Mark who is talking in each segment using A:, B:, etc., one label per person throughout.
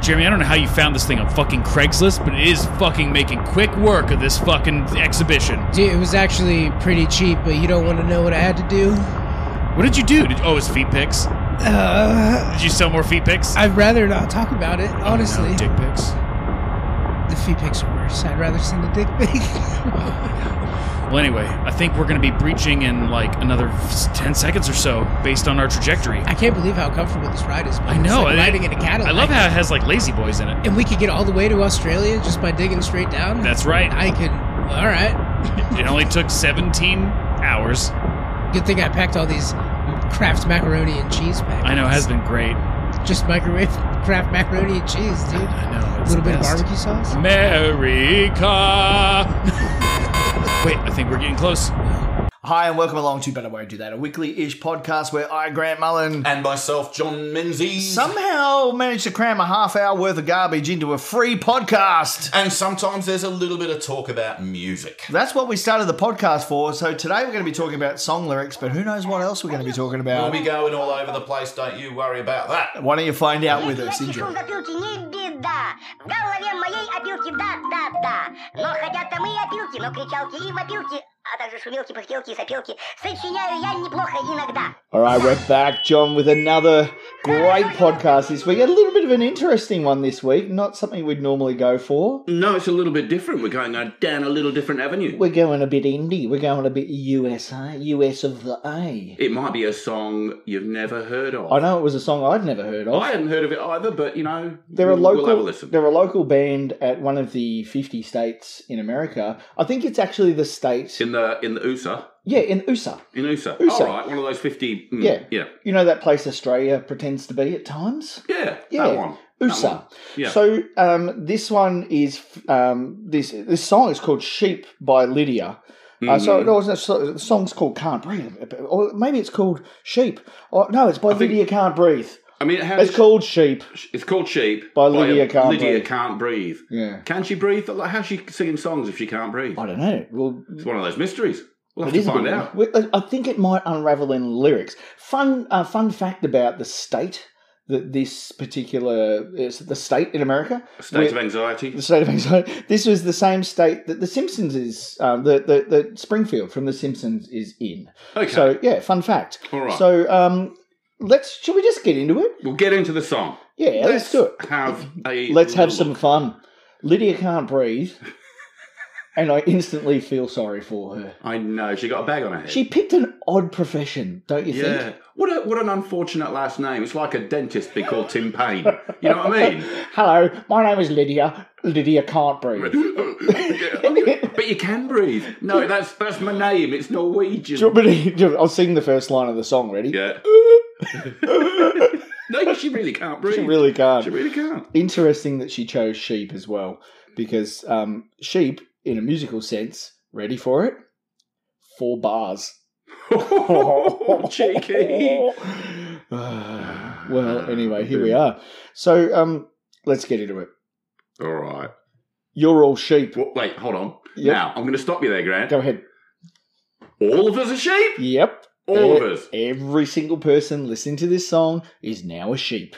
A: Jeremy, I don't know how you found this thing on fucking Craigslist, but it is fucking making quick work of this fucking exhibition.
B: Dude, it was actually pretty cheap, but you don't want to know what I had to do.
A: What did you do? Did, oh, it's feet pics.
B: Uh,
A: Did you sell more feet pics?
B: I'd rather not talk about it, honestly.
A: No, dick pics.
B: the fee pics are worse. I'd rather send a dick pic.
A: Well, anyway, I think we're going to be breaching in like another s- 10 seconds or so based on our trajectory.
B: I can't believe how comfortable this ride is. man.
A: I
B: It's
A: know.
B: like
A: I-
B: riding in a Cadillac.
A: I love how it has like lazy boys in it.
B: And we could get all the way to Australia just by digging straight down.
A: That's right.
B: I could. All right.
A: It only took 17 hours.
B: Good thing I packed all these Kraft macaroni and cheese packets.
A: I know it has been great.
B: just microwave Kraft macaroni and cheese, dude. A
A: I know. It's
B: little
A: the
B: bit of
A: best.
B: barbecue sauce.
A: America. Wait, I think we're getting close.
C: Hi, and welcome along to Better Way to Do That, a weekly ish podcast where I, Grant Mullen,
D: And myself, John Menzies.
C: somehow manage to cram a half hour worth of garbage into a free podcast.
D: and sometimes there's a little bit of talk about music.
C: That's what we started the podcast for. So today we're going to be talking about song lyrics, but who knows what else we're going to be talking
D: We'll
C: about.
D: be going all over the place, don't you worry about that.
C: Why don't you find out
E: Если
C: with
E: я
C: us?
E: пишу
C: Enjoy.
E: за опилки, не беда. В голове моей опилки, да-да-да. Но хотя там и опилки, но кричалки и вопилки, а также шумелки, пыхтелки и сопелки, сочиняю я неплохо иногда.
C: All right, we're back, John, with another great podcast this week. A little bit of an interesting one this week, not something we'd normally go for.
D: Mm.
F: No, it's a little bit different. We're going uh, down a little different avenue.
C: We're going a bit indie. We're going a bit USA, US of the A.
F: It might be a song you've never heard of.
C: I know it was a song I'd never heard of.
F: I hadn't heard of it either, but you know,
C: They're a
F: we'll-
C: local.
F: We'll have a listen.
C: they're a local band at one of the fifty states in America. I think it's actually the state.
F: in the in the USA,
C: yeah, in USA.
F: in USA.
C: USA.
F: All right, one of those fifty. mm,
C: Yeah.
F: yeah,
C: You know that place Australia pretends to be at times.
F: yeah,
C: Yeah.
F: That one. That
C: USA.
F: one. Yeah.
C: So um, this one is um, this this song is called "Sheep" by Lydia. Uh, so
F: Mhm.
C: no, it's not- so the song's called "Can't Breathe," or maybe it's called "Sheep." Or no, it's by
F: think-
C: Lydia Can't Breathe.
F: I mean, how
C: It's
F: does-
C: called "Sheep."
F: It's called "Sheep"
C: By Lydia Can't
F: Lydia
C: Breathe.
F: can't breathe.
C: Yeah,
F: Can she breathe? Like, how's she singing songs if she can't breathe?
C: I don't know. Well,
F: It's one of those mysteries. We'll have
C: It is
F: to
C: a
F: find
C: good
F: out.
C: one. Well, I think it might unravel in lyrics. Fun, uh, fun fact about the state that this particular is it the state in America,
F: States of
C: We're-
F: anxiety.
C: the state of anxiety. This was the same state that the Simpsons is, um, the, the the Springfield from the Simpsons is in.
F: Okay,
C: So yeah, fun fact.
F: all right.
C: So um, let's should we just get into it?
F: we'll get into the song.
C: Yeah, let's, do it.
F: Have a
C: Let's have
F: little
C: some fun. Lydia can't breathe, and I instantly feel sorry for her.
F: I know she got a bag on her head.
C: She picked an odd profession, don't you think?
F: yeah. What a, what an unfortunate last name. It's like a dentist be called Tim Payne. You know what I mean?
C: Hello, my name is Lydia. Lydia can't breathe. Do
F: Yeah. but you can breathe. No, that's that's my name. It's Norwegian.
C: you want me to- do you- I'll sing the first line of the song. Ready?
F: Yeah. no, she really can't breathe.
C: She really
F: She
C: can't.
F: really can't.
C: Interesting that she chose sheep as well, because um, sheep, in a musical sense, ready for it? Four bars.
F: Cheeky.
C: well, anyway, here we are. So um, let's get into it.
F: All right.
C: You're all sheep.
F: Well, wait, hold on.
C: Yep.
F: Now, I'm going to stop you there, Grant.
C: Go ahead.
F: All of us are sheep.
C: Yep.
F: All of
C: Eh,
F: us.
C: Every single person listening to this song is now a sheep.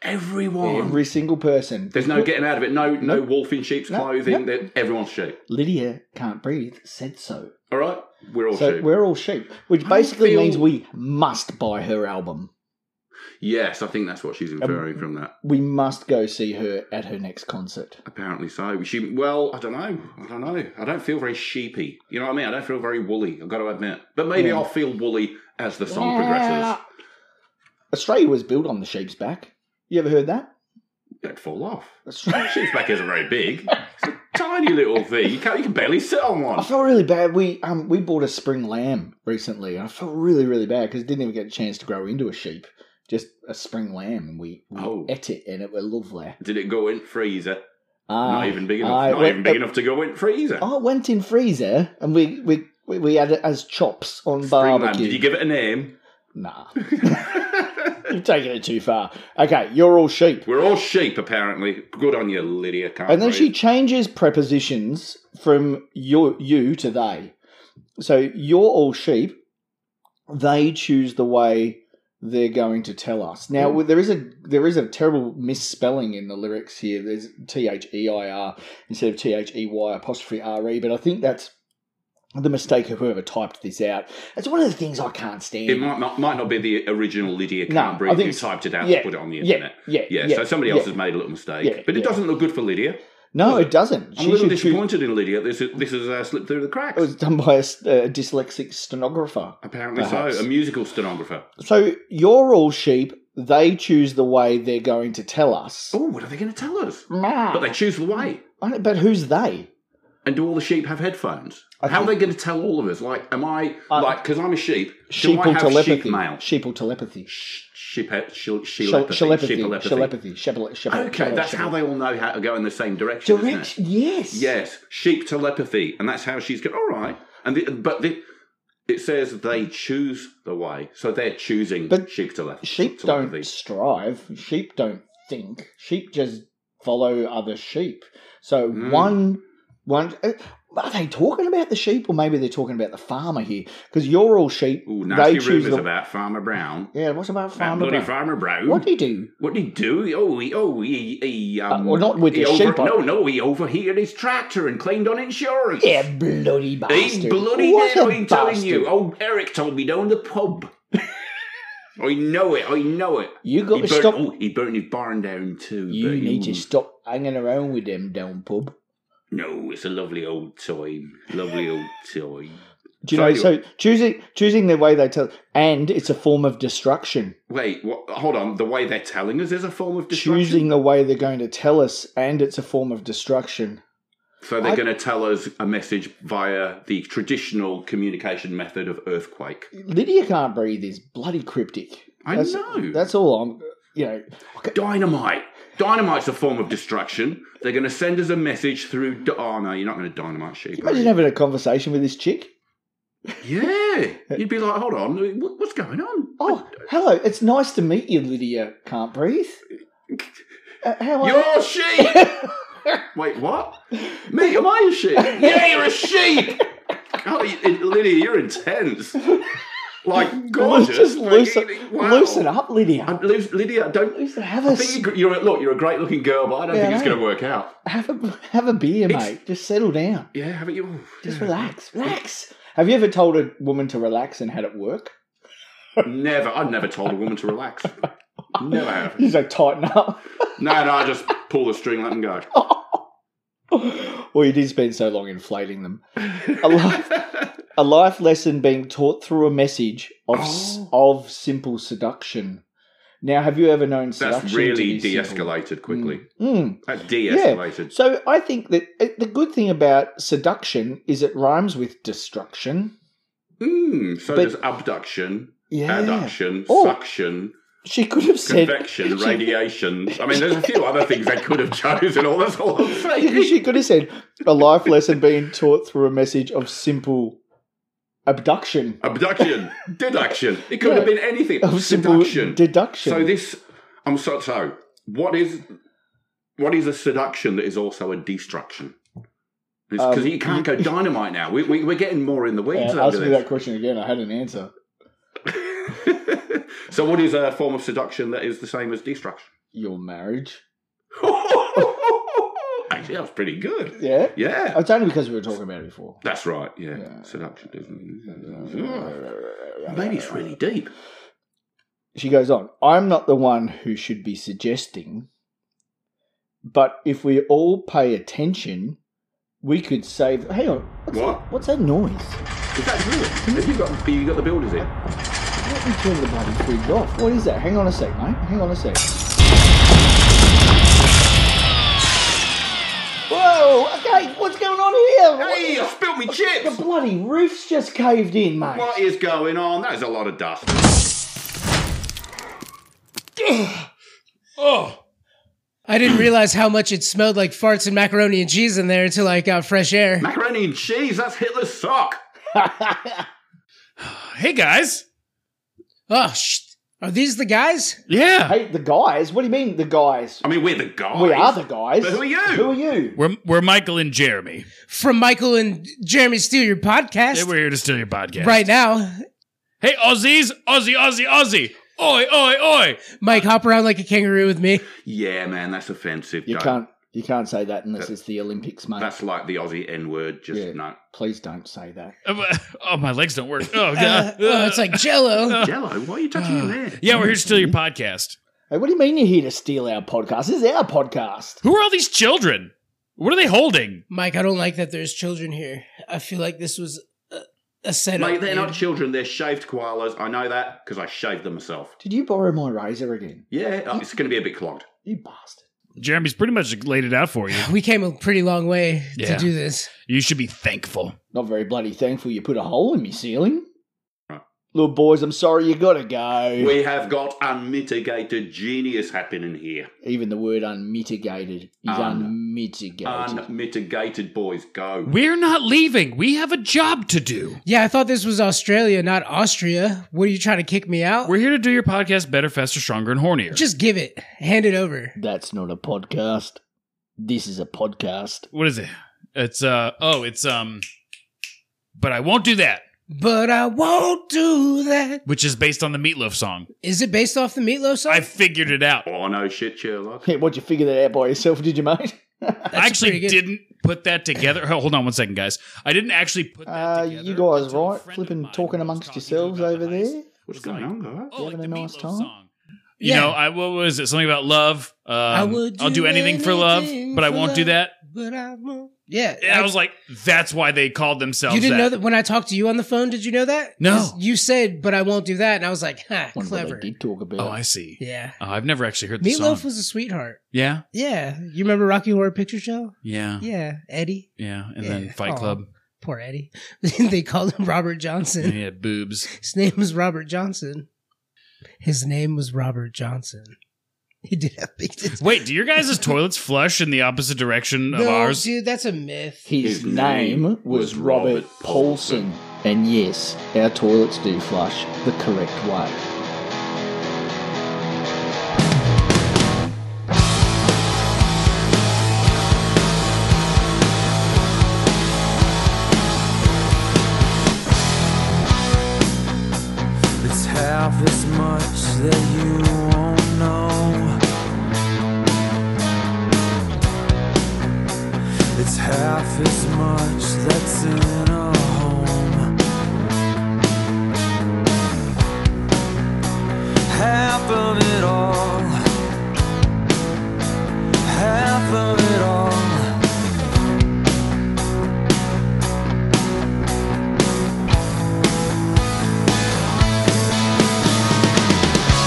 F: Everyone.
C: Every single person.
F: There's no getting out of it. No, no
C: Nope.
F: wolf in sheep's
C: No,
F: clothing. That Everyone's sheep.
C: Lydia can't breathe said so.
F: All right, we're all
C: so
F: sheep.
C: we're all sheep, which
F: I
C: basically
F: feel-
C: means we must buy her album.
F: Yes, I think that's what
C: Um,
F: she's inferring from that.
C: We must go see her at her next concert.
F: Apparently so. She well, I don't know. I don't know. I don't feel very sheepy. You know what I mean? I don't feel very woolly. I've got to admit. But maybe
C: Yeah.
F: I'll feel woolly as the song progresses.
C: Australia was built on the sheep's back. You ever heard that?
F: Don't fall off.
C: Australia.
F: Sheep's back isn't very big. It's a tiny little thing. You can't. You can barely sit on
C: I
F: one.
C: felt really bad. We um we bought a spring lamb recently, and I felt really really bad because it didn't even get a chance to grow into a sheep. Just a spring lamb, and we, we
F: Oh.
C: ate it, and it was lovely.
F: Did it go in freezer?
C: Ah,
F: Not even big enough.
C: I
F: Not
C: went-
F: even big enough to go in freezer.
C: I went in freezer and we we we, we had it as chops on
F: Spring lamb.
C: barbecue.
F: Did you give it a name?
C: nah, you've taken it too far. Okay, you're all sheep.
F: we're all sheep, apparently. Good on you, Lydia. Can't
C: And then
F: breathe.
C: she changes prepositions from you you to they. So you're all sheep. They choose the way they're going to tell us. Now
F: Hmm.
C: well, there is a there is a terrible misspelling in the lyrics here. There's T H E I R instead of T H E Y apostrophe R E, but I think that's the mistake of whoever typed this out. It's one of the things I can't stand.
F: It might not, might not be the original Lydia
C: No,
F: Can't
C: I
F: Breathe
C: think
F: who
C: it's-
F: typed it out
C: yeah,
F: and put it on the
C: yeah,
F: internet.
C: yeah,
F: Yeah, so somebody else has made a little mistake.
C: Yeah,
F: but it
C: yeah.
F: doesn't look good for Lydia.
C: No, it doesn't.
F: I'm a little
C: should choose-
F: disappointed in Lydia. This is, this has uh, slipped through the cracks.
C: It was done by a, s- a dyslexic stenographer.
F: Apparently
C: Perhaps.
F: so. A musical stenographer.
C: So you're all sheep. They choose the way they're going to tell us.
F: Oh, what are they going to tell us?
C: Ma.
F: But they choose the way.
C: I don't- but who's they?
F: And do all the sheep have headphones?
C: I
F: How are they
C: think-
F: going to tell all of us? Like, am I
C: Uh,
F: like because I'm a sheep? do I
C: Sheeple
F: have
C: telepathy.
F: sheep mail?
C: Sheeple telepathy.
F: Sh- Sheep, sheep,
C: Shel-
F: sheep,
C: Shelepathy.
F: sheep,
C: Shelepathy. Shepel- shepel-
F: Okay,
C: shepel-
F: that's how
C: shepel-
F: they all know how to go in the same direction. isn't it?
C: Direct. Yes.
F: Yes, sheep telepathy, and that's how she's going. All right, and the, but the, it says they choose the way, so they're choosing
C: But
F: sheep telepathy.
C: Sheep don't strive. Sheep don't think. Sheep just follow other sheep. So
F: Mm.
C: one, one. uh, Are they talking about the sheep, or maybe they're talking about the farmer here? Because you're all sheep.
F: Ooh, nasty
C: they choose
F: rumours
C: the.
F: about Farmer Brown.
C: yeah, what's about
F: That
C: farmer?
F: bloody
C: Brown?
F: Farmer Brown.
C: What do you do?
F: What did he do? He- Oh, he, oh, he, he um,
C: Uh, well, not with
F: he
C: the
F: over,
C: sheep, I-
F: No, no, he overheated his tractor and claimed on insurance.
C: Yeah, bloody bastard.
F: he bloody
C: What
F: did.
C: a
F: I'm telling you. Oh,
C: bastard.
F: Old Eric told me down the pub. I know it. I know it.
C: You
F: He
C: got to
F: burnt,
C: stop.
F: oh, he burnt his barn down too.
C: you
F: but
C: need to
F: he-
C: stop hanging around with them down pub.
F: No, it's a lovely old time. Lovely old time.
C: Do you
F: So
C: know?
F: anyway-
C: So choosing choosing the way they tell, and it's a form of destruction.
F: Wait, what, hold on. The way they're telling us is a form of destruction.
C: Choosing the way they're going to tell us, and it's a form of destruction.
F: so they're
C: I-
F: going to tell us a message via the traditional communication method of earthquake.
C: Lydia can't breathe is bloody cryptic.
F: I
C: that's,
F: know.
C: That's all I'm. You know,
F: Dynamite. Dynamite's a form of destruction. They're going to send us a message through. Di- oh no, you're not going to dynamite sheep.
C: Can you imagine
F: are
C: having a conversation with this chick.
F: you? Yeah, you'd be like, hold on, wh- what's going on?
C: Oh, hello! It's nice to meet you, Lydia. Can't breathe. Uh, how are
F: You're a sheep. Wait, what? Me? Am I a sheep? Yeah, you're a sheep. Oh, you- it- Lydia, you're intense. Like gorgeous.
C: Just
F: like,
C: loosen,
F: wow.
C: loosen up, Lydia.
F: I- Lu- Lydia, don't.
C: Listen, have
F: I
C: a
F: think you're, you're a- look. You're a great-looking girl, but I don't
C: Yeah,
F: think
C: I
F: it's
C: know.
F: going to work out.
C: have a have a beer,
F: It's-
C: mate. Just settle down.
F: Yeah, haven't you? Oh,
C: Just
F: yeah.
C: relax, relax. Have you ever told a woman to relax and had it work?
F: Never. I've never told a woman to relax. Never have.
C: She's like tighten up.
F: No, no, I just pull the string, let them go.
C: well, you did spend so long inflating them. A life, a life lesson being taught through a message of s of simple seduction. Now, have you ever known seduction?
F: Oh. That's
C: to
F: really
C: be simple?
F: de-escalated quickly.
C: Mm.
F: That de-escalated.
C: So I think that uh, the good thing about seduction is it rhymes with destruction.
F: Mm, so
C: But-
F: there's abduction,
C: Yeah,
F: adduction,
C: Oh.
F: suction,
C: she could have said
F: convection,
C: she-
F: radiation. I mean, there's a few other things they could have chosen. All that's all I'm saying.
C: she could have said a life lesson being taught through a message of simple abduction
F: Abduction, deduction. It could
C: Yeah.
F: have been anything.
C: of simple
F: Seduction.
C: deduction.
F: So this, I'm so so. What is what is a seduction that is also a destruction? Because
C: Um,
F: you can't go dynamite now. We, we, we're getting more in the
C: Yeah,
F: weeds
C: ask
F: over
C: me that
F: this.
C: question again. I had an answer.
F: so, what is a form of seduction that is the same as destruction?
C: Your marriage?
F: Actually, that's pretty good.
C: Yeah.
F: Yeah,
C: It's only because we were talking about it before.
F: that's right. Yeah,
C: Yeah.
F: seduction doesn't. Maybe it's really deep.
C: She goes on. I'm not the one who should be suggesting, but if we all pay attention, we could save. Hang on. What's
F: What?
C: That, what's that noise?
F: Is that good? Have you got have you got the builders in?
C: Let me turn the bloody fridge off. What is that? Hang on a sec, mate. Hang on a sec. Whoa! Okay, what's going on here?
F: Hey, I spilled me
C: The
F: chips.
C: bloody roof's just caved in, mate.
F: What is going on? That is a lot of dust.
A: Oh,
B: I didn't realize how much it smelled like farts and macaroni and cheese in there until I got fresh air.
F: Macaroni and cheese, that's Hitler's sock.
A: hey guys.
B: Oh, sh- are these the guys?
A: Yeah,
C: hey, the guys? What do you mean, the guys?
F: I mean, we're the guys.
C: We are the guys.
F: But who are you?
C: Who are you?
A: we're we're Michael and Jeremy.
B: From Michael and Jeremy Steal Your Podcast
A: They were here to steal your podcast
B: right now.
A: Hey, Aussies, Aussie, Aussie, Aussie. Oi, oi, oi!
B: Mike, hop around like a kangaroo with me.
F: Yeah, man, that's offensive.
C: You
F: Don't-
C: can't you can't say that unless it's the Olympics, mate.
F: That's like the Aussie N word. Just
C: Yeah.
F: no.
C: Please don't say that.
A: Oh, my legs don't work. Oh,
B: Uh,
A: God.
B: oh, it's like Jello.
F: Jello, why are you touching your hair?
A: yeah, we're here to steal your podcast.
C: Hey, what do you mean you're here to steal our podcast? This is our podcast.
A: Who are all these children? What are they holding?
B: Mike, I don't like that there's children here. I feel like this was a, a setup.
F: Mate, they're not
B: dude.
F: children. They're shaved koalas. I know that because I shaved them myself.
C: Did you borrow my razor again?
F: Yeah, oh, it's going to be a bit clogged.
C: You bastard.
A: Jeremy's pretty much laid it out for you.
B: we came a pretty long way
A: Yeah.
B: to do this.
A: You should be thankful.
C: Not very bloody thankful you put a hole in me ceiling.
F: Right.
C: Little boys, I'm sorry you gotta go.
F: We have got unmitigated genius happening here.
C: Even the word unmitigated is
F: Un-
C: unmitigated.
F: Unmitigated, boys, go.
A: We're not leaving. We have a job to do.
B: Yeah, I thought this was Australia, not Austria. What are you trying to kick me out?
A: We're here to do your podcast better, faster, stronger, and hornier.
B: Just give it. Hand it over.
C: That's not a podcast. This is a podcast.
A: what is it? It's uh oh, it's um But I won't do that,
B: But I won't do that.
A: which is based on the meatloaf song.
B: Is it based off the meatloaf song?
A: I figured it out.
F: Oh, no shit, Sherlock.
C: Hey, what'd you figure that out by yourself, did you, mate?
A: I
B: pretty
A: actually
B: good.
A: didn't put that together. Oh, Hold on one second, guys. I didn't actually put that
C: Uh,
A: together.
C: you guys
A: until a
C: right?
A: friend of
C: Flipping
A: mine was
C: talking amongst
A: talking
C: yourselves
A: about
C: over
A: the heist.
C: there?
F: What's
A: It's like-
F: going on, guys?
A: Oh, like
C: having
A: the
C: a nice
A: meatloaf
C: time?
A: song. You
B: Yeah.
A: know, I what was it? Something about love. Um, I
B: would
A: will do
B: do
A: anything, for love,
B: anything
A: but I
B: for
A: won't do
B: love.
A: that.
B: But I won't. Yeah.
A: And I, was like, that's why they called themselves.
B: you didn't
A: that.
B: know that when I talked to you on the phone, did you know that?
A: No.
B: 'Cause You said, but I won't do that. And I was like, ha,
C: Wonder
B: clever.
C: What they did talk about.
A: Oh, I see.
B: Yeah.
A: Oh, I've never actually heard the song.
B: Meatloaf was a sweetheart.
A: yeah,
B: Yeah. You remember Rocky Horror Picture Show?
A: yeah, yeah,
B: Yeah. Eddie.
A: And then
B: Yeah.
A: Fight
B: Aw.
A: Club.
B: Poor Eddie. they called him Robert
A: Yeah,
B: Johnson.
A: he had boobs.
B: His name was Robert Johnson. His name was Robert Johnson. He did have big tits.
A: Wait, do your guys' toilets flush in the opposite direction of
B: No,
A: ours?
B: dude, that's a myth.
C: His,
F: His
C: name
F: name
C: was
F: was
C: Robert
F: Robert
C: Paulson. And yes, our toilets do flush the correct way.
G: It's half as much that you won't know. It's half as much that's in a home. Half of it all. Half of it all.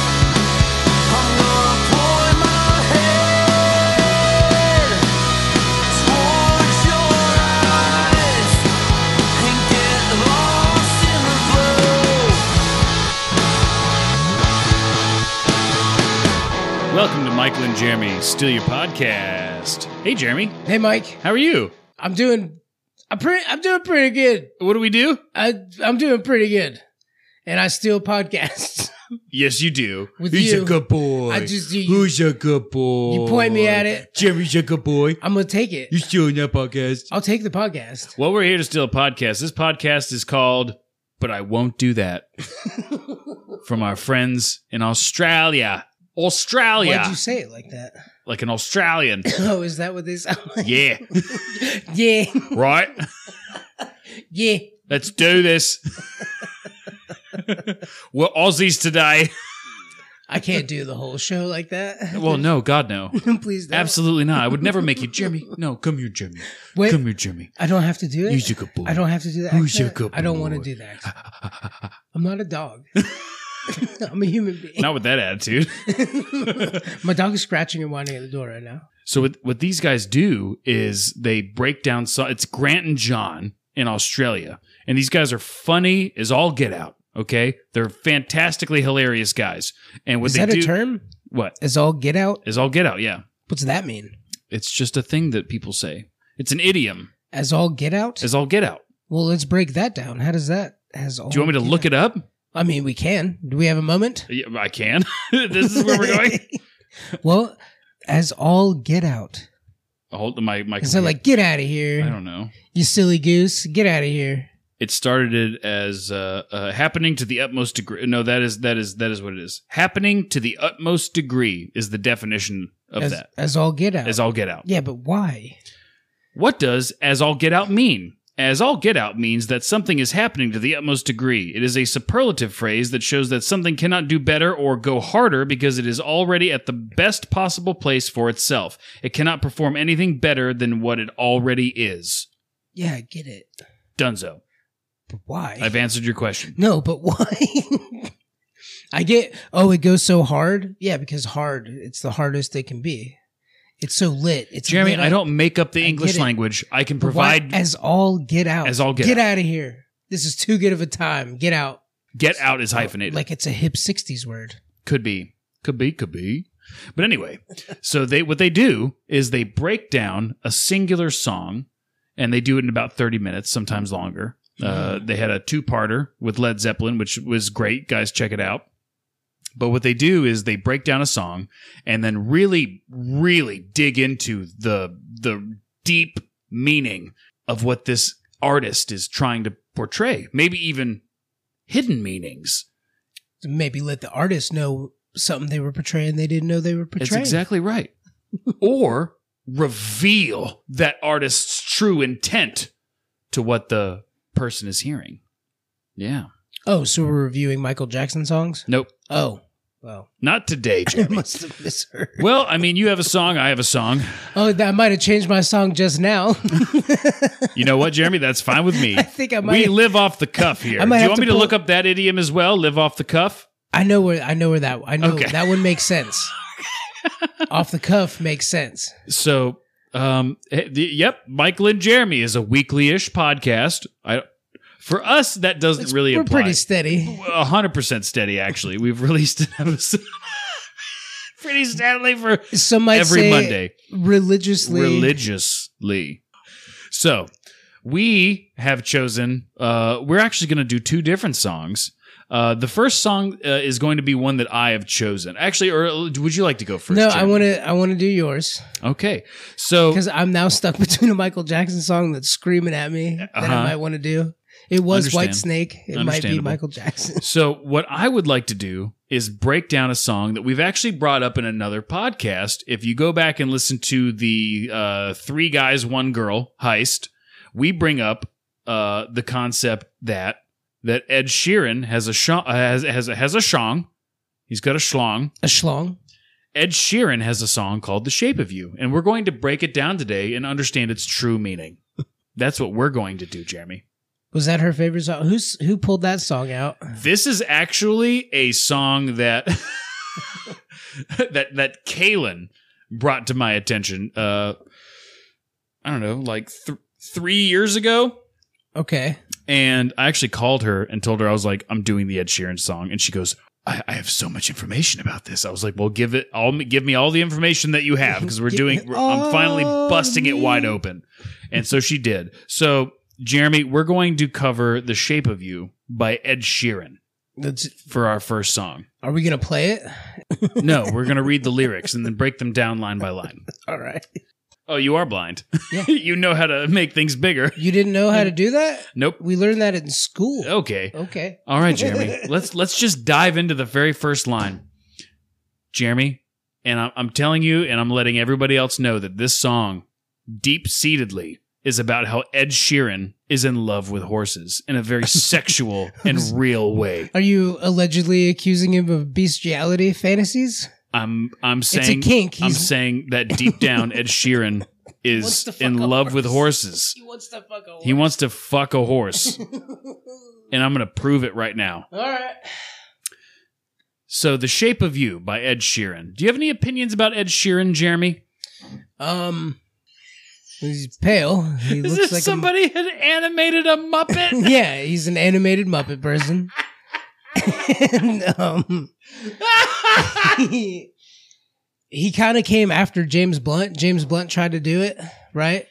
G: I'm gonna point my head towards your eyes and get lost in the flow.
A: Welcome to Michael and Jeremy Steal Your Podcast. Hey, Jeremy,
B: Hey, Mike,
A: how are you?
B: I'm doing. I'm pretty. I'm doing pretty good.
A: What do we do?
B: I, I'm doing pretty good, and I steal podcasts.
A: Yes, you do.
B: With
A: He's
B: you.
A: a good boy.
B: I just you, you,
A: Who's a good boy?
B: you point me at it.
A: Jeremy's a good boy.
B: I'm gonna take it.
A: You stealing that podcast?
B: I'll take the podcast.
A: Well, we're here to steal a podcast. This podcast is called But I Won't Do That from our friends in Australia. Australia.
B: Why'd you say it like that?
A: like an Australian.
B: Oh, is that what they sound like?
A: yeah.
B: Yeah,
A: Right?
B: yeah.
A: Let's do this. we're Aussies today.
B: I can't do the whole show like that.
A: Well, no, God, no.
B: please. Don't.
A: Absolutely not. I would never make you, Jimmy. No, come here, Jimmy.
B: Wait,
A: Come here, Jimmy.
B: I don't have to do it.
A: You're a good boy.
B: Mm. I don't have to do that.
A: Who's your
B: accent.
A: good
B: I don't want to
A: boy?
B: do that. accent. I'm not a dog. I'm a human being.
A: Not with that attitude.
B: My dog is scratching and whining at the door right now.
A: So what, what these guys do is they break down. So it's Grant and John in Australia, and these guys are funny as all get out. Okay, they're fantastically hilarious guys. And what
B: Is
A: they
B: that
A: do,
B: a term?
A: what
B: Is all get out?
A: is all get out? Yeah,
B: What's that mean?
A: it's just a thing that people say. It's an idiom.
B: As all get out?
A: Is all get out?
B: well, let's break that down. How does that? Has all
A: Do you want me to look it up?
B: I mean, we can. Do we have a moment?
A: Yeah, I can. this is where we're going.
B: well, as all get out.
A: Hold my my.
B: Is that like get out of here?
A: I don't know.
B: You silly goose, get out of here.
A: It started as uh, uh, happening to the utmost degree. No, that is that is that is what it is. Happening to the utmost degree is the definition of
B: as,
A: that.
B: as all get out.
A: As all get out.
B: yeah, but why?
A: What does as all get out mean? As all get out means that something is happening to the utmost degree. It is a superlative phrase that shows that something cannot do better or go harder because it is already at the best possible place for itself. It cannot perform anything better than what it already is.
B: Yeah, I get it,
A: Dunzo,
B: but why?
A: I've answered your question.
B: no, but why? I get. Oh, it goes so hard. Yeah, because hard. It's the hardest it can be. It's so lit. It's
A: Jeremy,
B: lit
A: I
B: up.
A: don't make up the
B: I
A: English
B: get it.
A: language. I can
B: But why-
A: provide.
B: as all get out.
A: As all get
B: get
A: out.
B: out of here. This is too good of a time. Get out.
A: get out is hyphenated.
B: Like it's a hip '60s word.
A: Could be. Could be, could be. But anyway, so they what they do is they break down a singular song and they do it in about 30 minutes, sometimes longer. Uh, they had a two-parter with Led Zeppelin, which was great. Guys, check it out. But what they do is they break down a song and then really, really dig into the the deep meaning of what this artist is trying to portray. Maybe even hidden meanings.
B: Maybe let the artist know something they were portraying they didn't know they were portraying.
A: That's exactly right. or reveal that artist's true intent to what the person is hearing. Yeah.
B: Oh, so we're reviewing Michael Jackson songs?
A: Nope.
B: Oh, well,
A: Not today,
B: I
A: Jeremy.
B: must have misheard.
A: well, I mean, you have a song, I have a song.
B: Oh, that I might have changed my song just now.
A: You know what, Jeremy? That's fine with me.
B: I think I
A: We
B: might.
A: live off the cuff here.
B: I
A: Do you
B: might have
A: want
B: to
A: me to
B: pull-
A: look up that idiom as well? Live off the cuff?
B: I know where. I know where that. I know
A: Okay.
B: that one makes sense. Off the cuff makes sense.
A: So, um, eh, the- yep, Michael and Jeremy is a weekly ish podcast. I, for us, that doesn't
B: It's-
A: really
B: we're
A: apply.
B: pretty steady.
A: hundred percent steady. Actually, we've released an episode pretty steadily for
B: Some might
A: every
B: say
A: Monday,
B: religiously.
A: religiously. So we have chosen. Uh, we're actually going to do two different songs. Uh, the first song uh, is going to be one that I have chosen. Actually, or uh, would you like to go first? Oh.
B: no, I
A: Jeremy?
B: want to. I want to do yours
A: Okay, so
B: because I'm now stuck between a Michael Jackson song that's screaming at me that
A: Uh-huh.
B: I might want to do. It was
A: Understand.
B: White Snake. It might be
A: Understandable.
B: Michael Jackson.
A: So, what I would like to do is break down a song that we've actually brought up in another podcast. If you go back and listen to the uh, Three Guys, One Girl heist, we bring up uh, the concept that that Ed Sheeran has a shong, has, has, has a shong. He's got a schlong.
B: A schlong.
A: Ed Sheeran has a song called The Shape of You, and we're going to break it down today and understand its true meaning. That's what we're going to do, Jeremy.
B: Was that her favorite song? Who's who pulled that song out?
A: This is actually a song that that that Kalen brought to my attention. Uh, I don't know, like th- three years ago,
B: Okay.
A: and I actually called her and told her I was like, "I'm doing the Ed Sheeran song," and she goes. I I have so much information about this. I was like, "Well, give it all. Give me all the information that you have, because we're
B: Give
A: doing.
B: it
A: we're- I'm finally
B: all
A: busting it wide
B: me.
A: open." And so she did. So, Jeremy, we're going to cover "The Shape of You" by Ed Sheeran
B: That's,
A: for our first song.
B: are we gonna play it?
A: No, we're going to read the lyrics and then break them down line by line.
B: All right.
A: Oh, you are blind.
B: Yeah.
A: you know how to make things bigger.
B: You didn't know how to do that?
A: Nope.
B: We learned that in school.
A: Okay.
B: Okay.
A: All right, Jeremy. let's let's just dive into the very first line. Jeremy, and I'm, I'm telling you and I'm letting everybody else know that this song deep-seatedly is about how Ed Sheeran is in love with horses in a very sexual and real way.
B: Are you allegedly accusing him of bestiality fantasies?
A: I'm I'm
B: it's a
A: saying
B: kink.
A: I'm
B: He's,
A: saying that deep down, Ed Sheeran
B: wants
A: is
B: to fuck
A: in
B: a
A: love with
B: horse.
A: horses.
B: he wants to fuck a
A: He wants to fuck a horse, and I'm going to prove it right now.
B: All right.
A: So, The Shape of You by Ed Sheeran. Do you have any opinions about Ed Sheeran, Jeremy?
B: Um, he's pale. He
A: Is
B: looks
A: this
B: like a-
A: somebody had animated a Muppet?
B: yeah, he's an animated Muppet person. and, um, he, he kind of came after James Blunt. James Blunt tried to do it, right?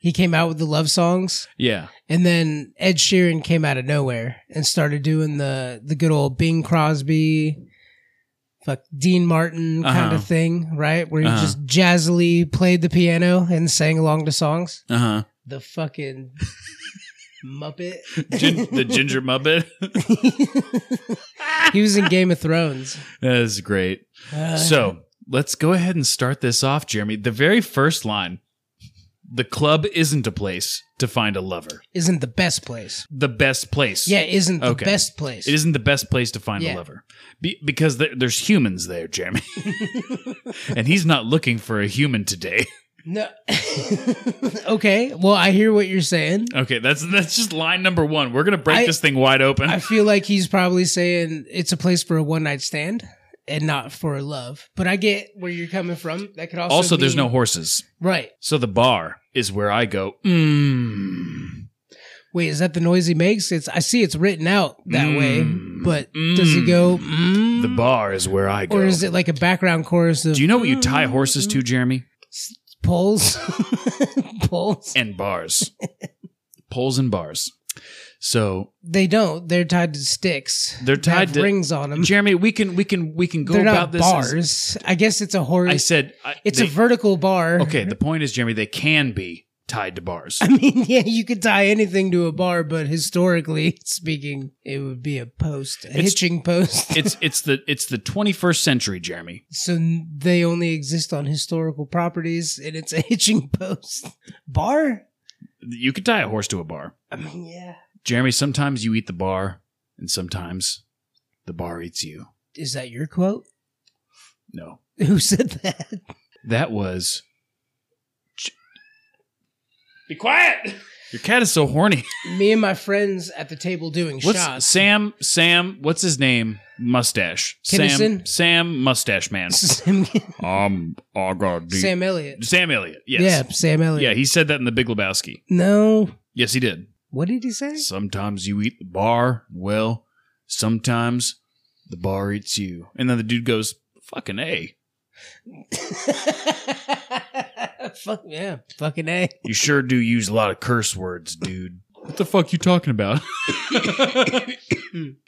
B: He came out with the love songs.
A: yeah.
B: And then Ed Sheeran came out of nowhere and started doing the the good old Bing Crosby, fuck Dean Martin kind
A: Uh-huh.
B: of thing, right? Where he
A: Uh-huh.
B: just
A: uh-huh.
B: jazzily played the piano and sang along to songs.
A: Uh huh.
B: The fucking Muppet.
A: Gin- the ginger muppet.
B: he was in Game of Thrones.
A: that is great.
B: Uh,
A: So let's go ahead and start this off, Jeremy. The very first line The club isn't a place to find a lover.
B: isn't the best place.
A: The best place.
B: Yeah, isn't the
A: Okay.
B: best place.
A: It isn't the best place to find
B: Yeah.
A: a lover Be- because there, there's humans there, Jeremy. and he's not looking for a human today.
B: No. okay. Well, I hear what you're saying.
A: Okay, that's that's just line number one. We're gonna break
B: I-
A: this thing wide open.
B: I feel like he's probably saying it's a place for a one night stand and not for love. But I get where you're coming from. That could also
A: also, there's
B: mean-
A: no horses,
B: right.
A: so the bar is where I go. Mmm.
B: Wait, is that the noise he makes? It's I see it's written out that way, but does he
A: Mm.
B: go? Mm,
A: The bar is where I go.
B: or is it like a background chorus of mm,
A: Do you know what you tie horses to, Jeremy?
B: poles? poles.
A: And bars, poles and bars. So
B: They don't. They're tied to sticks.
A: They're
B: They have
A: tied to-
B: rings on them.
A: Jeremy, we can we can we can go
B: Um, They're
A: about
B: not
A: this. as-
B: bars. I guess it's a horse.
A: I said I,
B: it's a
A: they-
B: vertical bar.
A: Okay, the point is, Jeremy, they can be tied to bars.
B: I mean, yeah, you could tie anything to a bar, but historically speaking, it would be a post, a
A: It's-
B: hitching post.
A: it's it's the it's the 21st century, Jeremy.
B: so n- they only exist on historical properties, and it's a hitching post bar.
A: You could tie a horse to a bar,
B: I mean, yeah,
A: Jeremy. Sometimes you eat the bar, and sometimes the bar eats you.
B: is that your quote?
A: No,
B: Who said that?
A: that was. Be quiet. Your cat is so horny.
B: Me and my friends at the table doing
A: What's
B: shots.
A: Sam? Sam? What's his name? Mustache. Sam.
B: Kinnison?
A: Sam Mustache Man.
B: Sam,
A: um. I got deep-
B: Sam Elliott.
A: Sam Elliott. Yes.
B: Yeah, Sam Elliott.
A: Yeah, he said that in The Big Lebowski.
B: no,
A: Yes, he did.
B: what did he say?
A: Sometimes you eat the bar. Well, sometimes the bar eats you. And then the dude goes, fucking A.
B: Fuck yeah, fucking a.
A: You sure do use a lot of curse words, dude. What the fuck you talking about?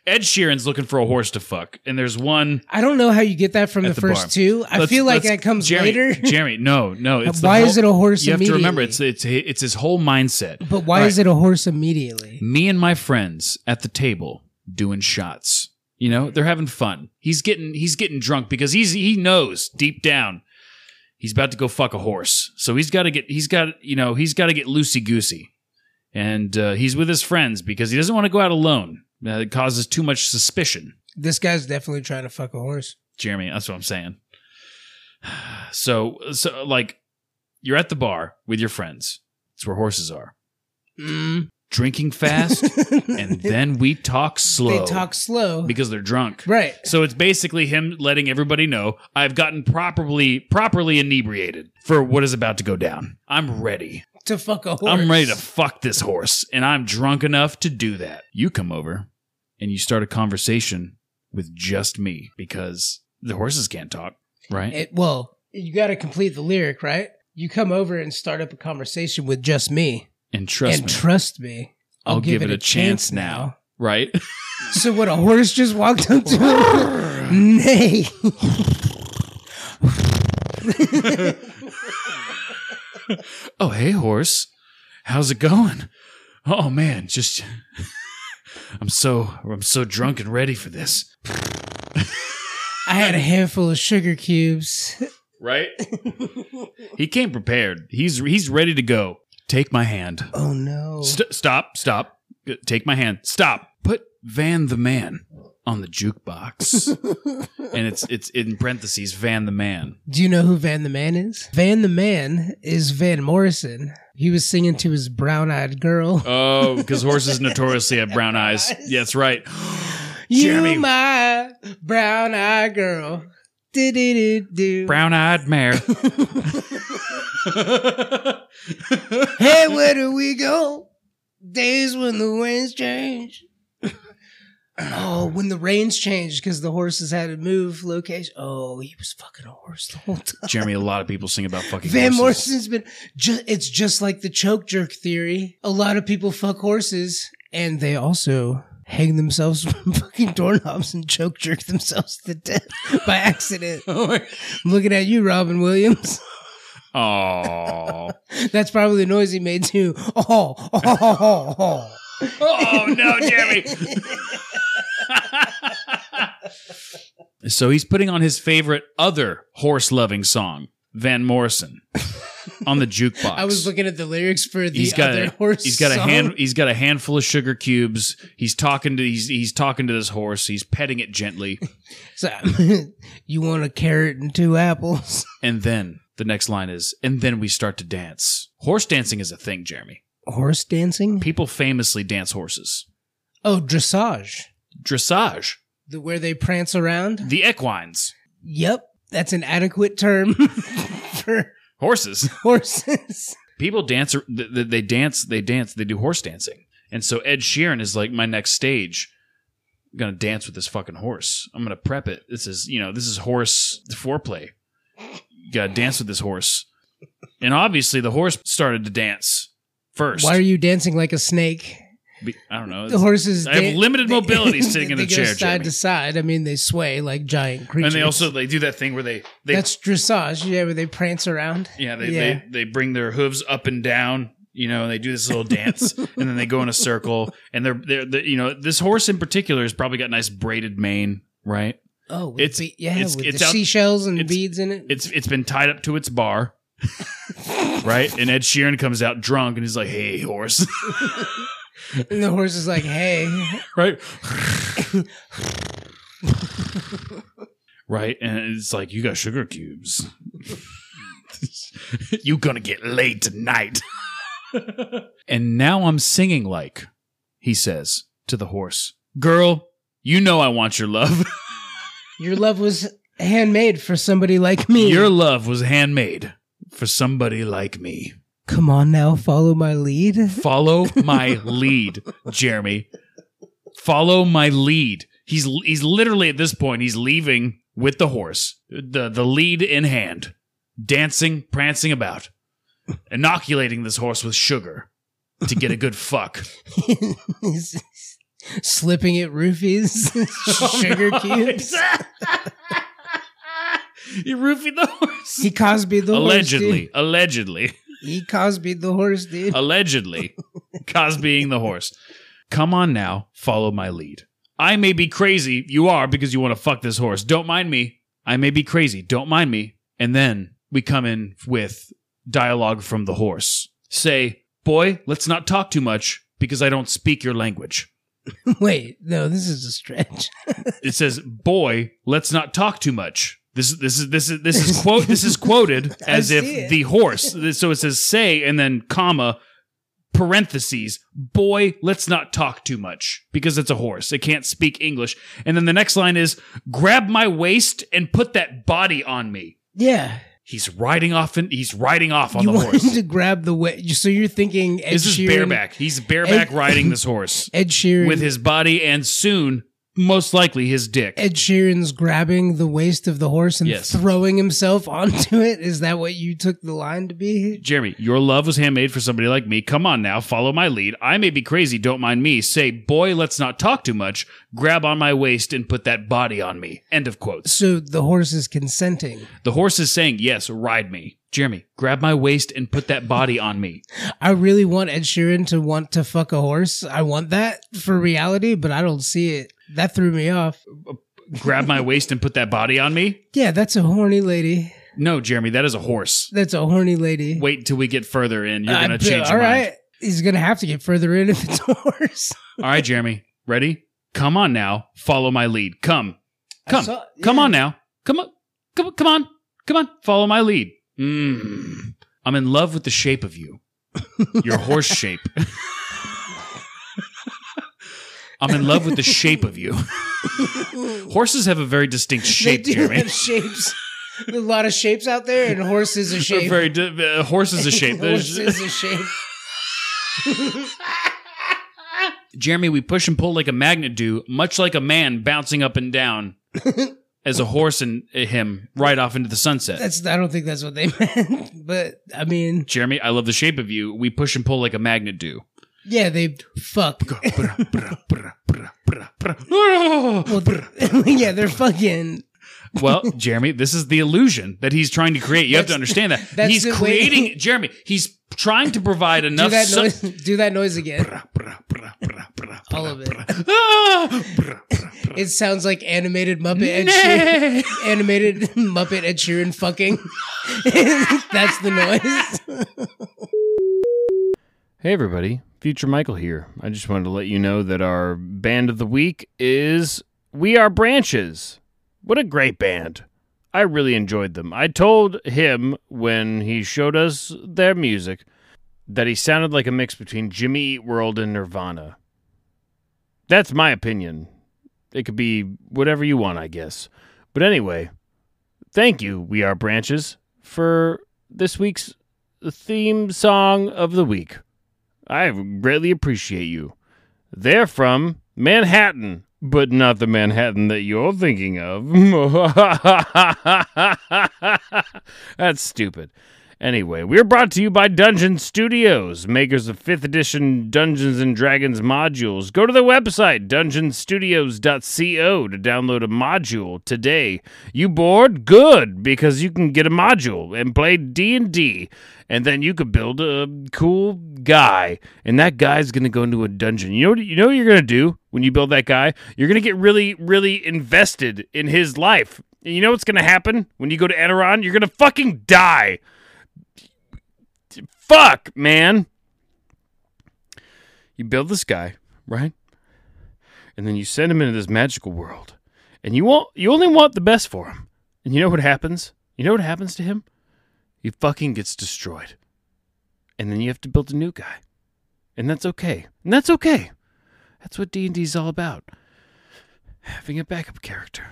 A: Ed Sheeran's looking for a horse to fuck, and there's one.
B: I don't know how you get that from
A: At
B: the,
A: the
B: first
A: bar.
B: two. I
A: Let's-
B: feel like
A: let's-
B: that comes
A: Jeremy,
B: later.
A: Jeremy, no, no. It's the
B: why
A: whole-
B: is it a horse?
A: You have to remember, it's
B: immediately?
A: it's it's his whole mindset.
B: But why
A: All
B: is it a horse immediately?
A: me and my friends at the table doing shots. You know, they're having fun. He's getting he's getting drunk because he's he knows deep down he's about to go fuck a horse. So he's got to get he's got you know he's got to get loosey goosey, and uh, he's with his friends because he doesn't want to go out alone. Uh, it causes too much suspicion.
B: This guy's definitely trying to fuck a horse.
A: Jeremy, that's what I'm saying. So so like you're at the bar with your friends. It's where horses are.
B: Mm.
A: Drinking fast, and then we talk slow.
B: they talk slow,
A: because they're drunk.
B: right?
A: So it's basically him letting everybody know I've gotten properly properly inebriated for what is about to go down. I'm ready.
B: To fuck a horse.
A: I'm ready to fuck this horse and I'm drunk enough to do that. You come over and you start a conversation with just me because the horses can't talk, right?
B: It, well, you got to complete the lyric, right? You come over and start up a conversation with just me,
A: and trust
B: and
A: me,
B: trust me,
A: I'll, give, it a chance, now. right?
B: now. So what? A horse just walked up to him. Nay.
A: oh, hey horse. How's it going? Oh man, just I'm so I'm so drunk and ready for this.
B: I had a handful of sugar cubes.
A: right? he came prepared. He's he's ready to go. Take my hand.
B: Oh no.
A: St- stop, stop. G- Take my hand. Stop. Put Van the man on the jukebox. and it's it's in parentheses Van the man.
B: Do you know who Van the Man is? Van the Man is Van Morrison. He was singing to his brown eyed girl.
A: Oh, because horses notoriously have brown eyes. Yeah, that's right. Jeremy.
B: You my brown eyed girl. Do do do do.
A: Brown eyed mare.
B: Hey, where do we go? Days when the winds change. Oh, when the rains changed because the horses had to move location. Oh, he was fucking a horse the whole time.
A: Jeremy, a lot of people sing about fucking
B: Van
A: horses.
B: Morrison's been. Ju- it's just like the choke jerk theory. A lot of people fuck horses, and they also hang themselves from fucking doorknobs and choke jerk themselves to death by accident. I'm looking at you, Robin Williams.
A: Aw.
B: That's probably the noise he made too. Oh, oh, oh, oh, oh.
A: Oh no, Jeremy. so he's putting on his favorite other horse loving song, Van Morrison, on the jukebox.
B: I was looking at the lyrics for the
A: he's got
B: other
A: a,
B: horse.
A: he's got a
B: song.
A: hand he's got a handful of sugar cubes. He's talking to he's he's talking to this horse. He's petting it gently.
B: So, you want a carrot and two apples?
A: And then the next line is, and then we start to dance. Horse dancing is a thing, Jeremy.
B: Horse dancing?
A: People famously dance horses.
B: Oh, dressage,
A: Dressage.
B: the where they prance around.
A: The equines.
B: Yep, that's an adequate term for
A: Horses.
B: horses.
A: people dance th- th- they dance they dance they do horse dancing and so ed sheeran is like my next stage i'm gonna dance with this fucking horse i'm gonna prep it this is you know this is horse foreplay you gotta dance with this horse and obviously the horse started to dance first
B: Why are you dancing like a snake?
A: Be- i don't know
B: The horses.
A: I have limited mobility sitting
B: they
A: in a
B: go
A: chair,
B: side
A: Jeremy.
B: to side. I mean, they sway like giant creatures.
A: and they also they do that thing where they they
B: that's dressage. Yeah, where they prance around.
A: yeah, they,
B: yeah.
A: they they bring their hooves up and down you know and they do this little dance and then they go in a circle and they're, they're they're you know this horse in particular has probably got nice braided mane right
B: Oh, with
A: It's-
B: it's be- yeah,
A: it's-
B: with
A: it's
B: the
A: out-
B: seashells and
A: it's-
B: beads in it.
A: it's it's been tied up to its bar right and ed sheeran comes out drunk and he's like hey horse
B: and the horse is like, "Hey,
A: right right and it's like you got sugar cubes you gonna get laid tonight and now i'm singing like he says to the horse girl you know i want your love
B: your love was handmade for somebody like me.
A: your love was handmade for somebody like me
B: Come on now, follow my lead."
A: follow my lead, Jeremy. Follow my lead. He's he's literally at this point he's leaving with the horse, the the lead in hand, dancing, prancing about, inoculating this horse with sugar to get a good fuck.
B: He's Slipping it roofies,
A: Oh,
B: sugar cubes.
A: you roofied the horse.
B: He Cosby the
A: Allegedly, Uh,
B: horse.
A: allegedly,
B: Allegedly, he Cosby the horse, dude.
A: allegedly, Cosbying the horse. Come on now, follow my lead. I may be crazy. You are because you want to fuck this horse. Don't mind me. I may be crazy. Don't mind me. And then we come in with dialogue from the horse. Say, boy, let's not talk too much because I don't speak your language.
B: Wait, no, this is a stretch.
A: It says, boy, let's not talk too much. This this is this is this is quote this is quoted
B: I
A: as if
B: see it.
A: the horse. So it says say and then comma parentheses boy let's not talk too much because it's a horse it can't speak english and then the next line is grab my waist and put that body on me
B: Yeah,
A: he's riding off and he's riding off on
B: you
A: the
B: want
A: horse
B: him to grab the way. So you're thinking Ed
A: this is
B: Sheeran-
A: bareback he's bareback
B: Ed-
A: riding this horse
B: Ed Sheeran
A: with his body and soon most likely his dick
B: Ed Sheeran's grabbing the waist of the horse and
A: Yes.
B: throwing himself onto it. Is that what you took the line to be?
A: Jeremy, your love was handmade for somebody like me. Come on now, follow my lead. I may be crazy, don't mind me. Say, boy, let's not talk too much. Grab on my waist and put that body on me. End of quotes.
B: So the horse is consenting.
A: The horse is saying, yes, ride me. Jeremy, grab my waist and put that body on me.
B: I really want Ed Sheeran to want to fuck a horse. I want that for reality, but I don't see it. That threw me off.
A: Grab my waist and put that body on me.
B: Yeah, that's a horny lady.
A: No, Jeremy, that is a horse.
B: That's a horny lady.
A: Wait until we get further in. You're
B: I-
A: going to change
B: all
A: your mind.
B: right. He's gonna have to get further in if it's a horse.
A: All right, Jeremy, ready? Come on now, follow my lead. Come,
B: I
A: come,
B: saw-
A: come on now. Come on, come on, come on, come on. Follow my lead. Mm. I'm in love with the shape of you, your horse shape. I'm in love with the shape of you. Horses have a very distinct shape,
B: they do
A: Jeremy.
B: have shapes. There's a lot of shapes out there, and horse is a shape.
A: Very di- uh, horse is a shape.
B: horse
A: There's-
B: is a shape.
A: Jeremy, we push and pull like a magnet do, much like a man bouncing up and down as a horse and him right off into the sunset.
B: That's I don't think that's what they meant, but I mean,
A: Jeremy, I love the shape of you. We push and pull like a magnet do.
B: yeah, they fuck. Well, yeah, they're fucking.
A: well, Jeremy, this is the illusion that he's trying to create. You have to
B: That's-
A: understand that.
B: that's
A: He's
B: the way-
A: creating, Jeremy, he's trying to provide
B: Do
A: enough.
B: that
A: su-
B: noise. Do that noise again.
A: Brah, brah, brah, brah, brah,
B: All of it.
A: brah, brah. Ah, brah, brah, brah.
B: It sounds like animated Muppet Ed Sheeran.
A: Nay.
B: Animated Muppet Ed Sheeran fucking. That's the noise.
H: Hey everybody, Future Michael here. I just wanted to let you know that our band of the week is We Are Branches. What a great band. I really enjoyed them. I told him when he showed us their music that he sounded like a mix between Jimmy Eat World and Nirvana. That's my opinion. It could be whatever you want, I guess. But anyway, thank you, We Are Branches, for this week's theme song of the week. I greatly appreciate you. They're from Manhattan, but not the Manhattan that you're thinking of. That's stupid. Anyway, we're brought to you by Dungeon Studios, makers of 5th edition Dungeons and Dragons modules. Go to their website, dungeonstudios.co, to download a module today. You bored? Good, because you can get a module and play D&D, and then you could build a cool guy, and that guy's going to go into a dungeon. You know what you know what you're going to do when you build that guy? You're going to get really really invested in his life. And you know what's going to happen when you go to Eteron? You're going to fucking die fuck, man. You build this guy, right? And then you send him into this magical world. And you want you only want the best for him. And you know what happens? You know what happens to him? He fucking gets destroyed. And then you have to build a new guy. And that's okay. And that's okay. That's what D&D is all about. Having a backup character.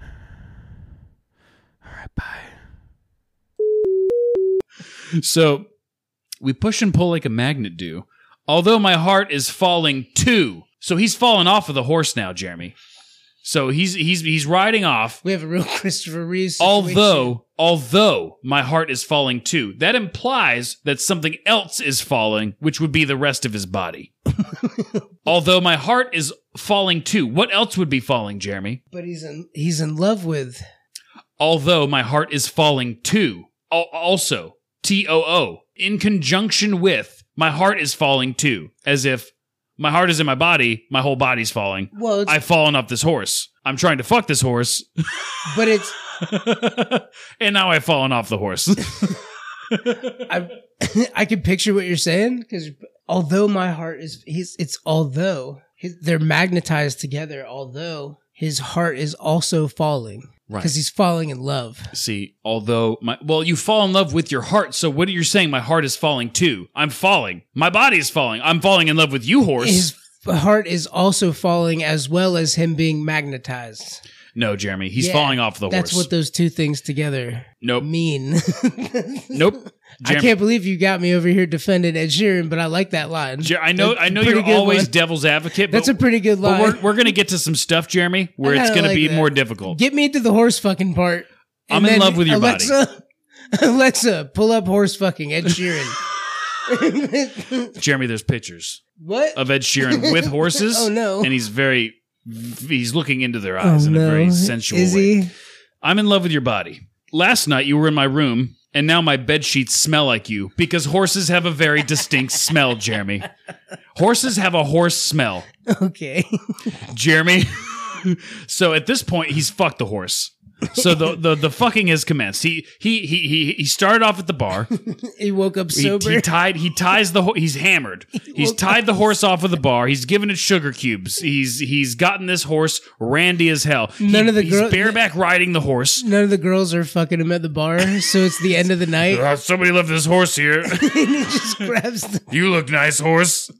H: All right, bye.
A: So we push and pull like a magnet do, although my heart is falling too. So he's fallen off of the horse now, Jeremy. So he's he's he's riding off.
B: We have a real Christopher Reeve. Situation.
A: Although although my heart is falling too. That implies that something else is falling, which would be the rest of his body. although my heart is falling too. What else would be falling, Jeremy?
B: but he's in he's in love with
A: although my heart is falling too. Al- Also, T O O, in conjunction with my heart is falling too, as if my heart is in my body, my whole body's falling.
B: well, it's,
A: I've fallen off this horse. I'm trying to fuck this horse,
B: but it's
A: and now I've fallen off the horse.
B: I I can picture what you're saying because although my heart is he's it's although his, they're magnetized together although his heart is also falling because he's falling in love.
A: See, although my well, you fall in love with your heart. So what are you saying? My heart is falling too. I'm falling. My body is falling. I'm falling in love with you, horse.
B: His heart is also falling as well as him being magnetized.
A: no, Jeremy, he's
B: Yeah,
A: falling off the
B: That's
A: horse.
B: what those two things together
A: nope.
B: mean.
A: Nope.
B: I can't believe you got me over here defending Ed Sheeran, but I like that line.
A: Jer- I know,
B: That's
A: I know
B: a pretty
A: you're
B: good
A: always
B: one.
A: devil's advocate.
B: That's a
A: but,
B: pretty good
A: but
B: line.
A: we're, we're gonna get to some stuff, Jeremy, where
B: I
A: it's
B: kinda
A: gonna
B: like
A: be
B: that.
A: more difficult.
B: Get me to the horse fucking part.
A: I'm in love with your body.
B: Alexa, Alexa, pull up horse fucking Ed Sheeran.
A: Jeremy, there's pictures
B: what?
A: of Ed Sheeran with horses.
B: Oh, no. Oh,
A: And he's very, he's looking into their eyes in a very sensual
B: Is
A: way.
B: he?
A: I'm in love with your body. Last night you were in my room, and now my bed sheets smell like you because horses have a very distinct smell, Jeremy. Horses have a horse smell,
B: Okay.
A: Jeremy. so at this point, he's fucked the horse. So the, the the fucking has commenced. He he he he he started off at the bar.
B: he woke up
A: He,
B: sober.
A: he tied he ties the ho- he's hammered. He's tied the horse off of the bar. He's given it sugar cubes. He's he's gotten this horse randy as hell.
B: None
A: He-
B: of the
A: he's
B: girl-
A: bareback riding the horse.
B: None of the girls are fucking him at the bar, so it's the end of the night.
A: Uh, somebody left this horse here.
B: and he just grabs the,
A: you look nice, horse.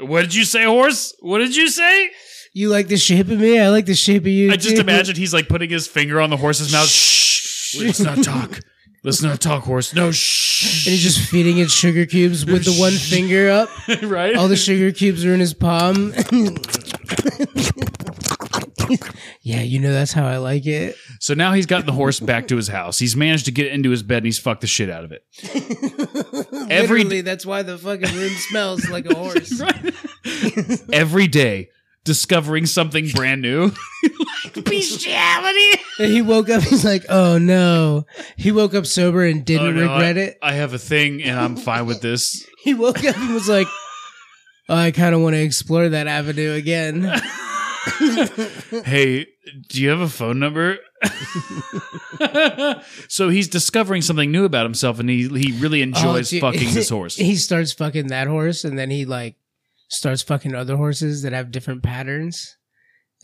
A: What did you say, horse? What did you say?
B: You like the shape of me? I like the shape of you.
A: I just
B: too.
A: imagine he's like putting his finger on the horse's mouth. Shh. Let's not talk. Let's not talk, horse. No, shh.
B: And he's just feeding it sugar cubes with the one finger up.
A: right?
B: All the sugar cubes are in his palm. yeah, you know that's how I like it.
A: So now he's gotten the horse back to his house. He's managed to get into his bed and he's fucked the shit out of it. Every
B: Literally, that's why the fucking room smells like a horse.
A: every day discovering something brand new. like bestiality.
B: And he woke up. He's like, "Oh no!" He woke up sober and didn't
A: Oh, no,
B: regret
A: I,
B: it.
A: I have a thing and I'm fine with this.
B: He woke up and was like, "I kind of want to explore that avenue again."
A: Hey, do you have a phone number? so he's discovering something new about himself and he he really enjoys
B: Oh, dude.
A: fucking this horse.
B: He starts fucking that horse, and then he like starts fucking other horses that have different patterns.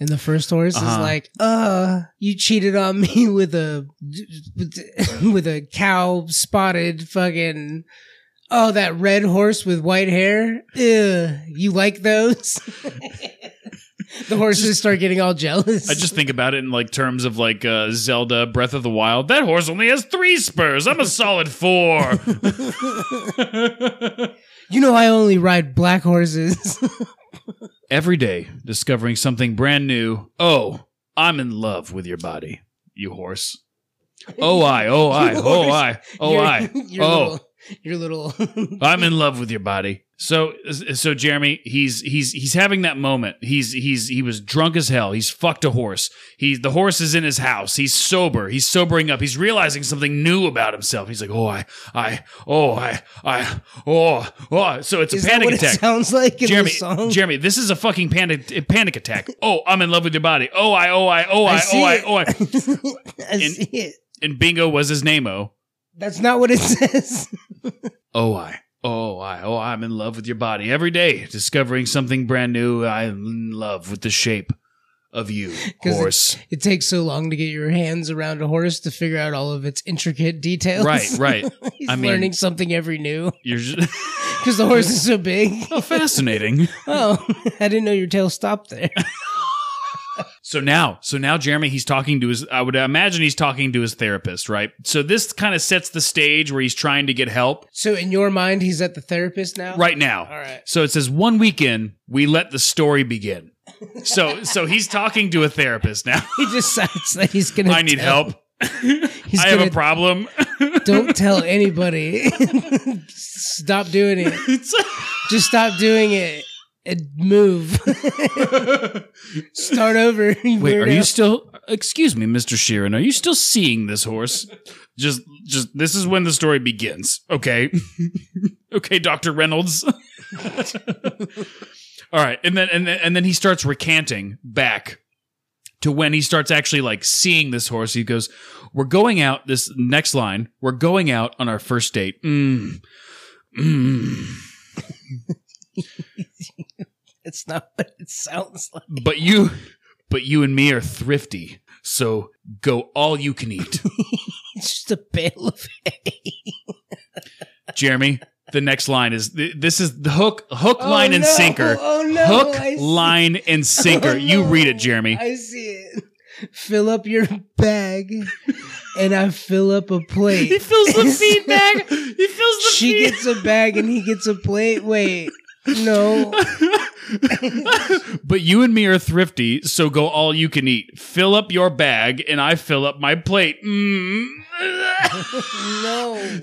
B: And the first horse is
A: Uh-huh.
B: like, "Uh, you cheated on me with a with a cow spotted fucking." Oh, that red horse with white hair. Ew, you like those? the horses start getting all jealous.
A: I just think about it in like terms of like uh, Zelda Breath of the Wild. That horse only has three spurs. I'm a solid four.
B: you know, I only ride black horses.
A: Every day, discovering something brand new. Oh, I'm in love with your body, you horse. Oh, I, oh, I,
B: You
A: oh,
B: horse.
A: I, oh,
B: Your-
A: I,
B: your
A: oh.
B: little- your little
A: I'm in love with your body. So so Jeremy, he's he's he's having that moment. He's he's he was drunk as hell. He's fucked a horse. He the horse is in his house. He's sober. He's sobering up. He's realizing something new about himself. He's like, "Oh, I I oh, I I oh, oh." So it's
B: Is
A: a
B: that
A: panic
B: what
A: attack.
B: It sounds like in
A: Jeremy,
B: the song.
A: Jeremy, this is a fucking panic panic attack. Oh, I'm in love with your body. Oh, I oh, I oh, I, oh, I oh, I.
B: it. I
A: In-
B: see it.
A: And bingo was his name. Oh.
B: That's not what it says.
A: Oh, I. Oh, I. Oh, I'm in love with your body every day, discovering something brand new. I'm in love with the shape of you,
B: 'Cause
A: horse.
B: It takes so long to get your hands around a horse to figure out all of its intricate details.
A: Right, right.
B: He's
A: I mean-
B: learning something every new
A: You're just
B: because the horse is so big.
A: oh, fascinating.
B: Oh, I didn't know your tail stopped there.
A: So now, so now Jeremy, he's talking to his, I would imagine he's talking to his therapist, right? So this kind of sets the stage where he's trying to get help
B: So in your mind, he's at the therapist now.
A: right now.
B: All right.
A: So it says one weekend, we let the story begin. So, so he's talking to a therapist now.
B: He decides that he's gonna.
A: I need
B: tell-
A: help.
B: He's
A: I have
B: gonna-
A: a problem.
B: Don't tell anybody. Stop doing it. Just stop doing it and move. Start over. you
A: Wait, are
B: weirdo.
A: you still? Excuse me, Mister Sheeran. Are you still seeing this horse? Just, just this is when the story begins. Okay, okay, Doctor Reynolds. All right, and then and then, and then he starts recanting back to when he starts actually like seeing this horse. He goes, "We're going out." This next line, "We're going out on our first date." Mm. Mm.
B: It's not what it sounds like.
A: But you, but you and me are thrifty, so go all you can eat.
B: It's just a bale of
A: Jeremy, the next line is th- this is the hook, hook,
B: Oh,
A: line, and
B: no.
A: sinker.
B: Oh no!
A: hook,
B: I see-
A: line, and sinker.
B: Oh,
A: You
B: no.
A: read it, Jeremy.
B: I see it. Fill up your bag, and I fill up a plate.
A: feels feedback. He feels
B: she gets a bag, and he gets a plate. Wait, no.
A: but you and me are thrifty, so go all you can eat. Fill up your bag, and I fill up my plate. Mm.
B: No.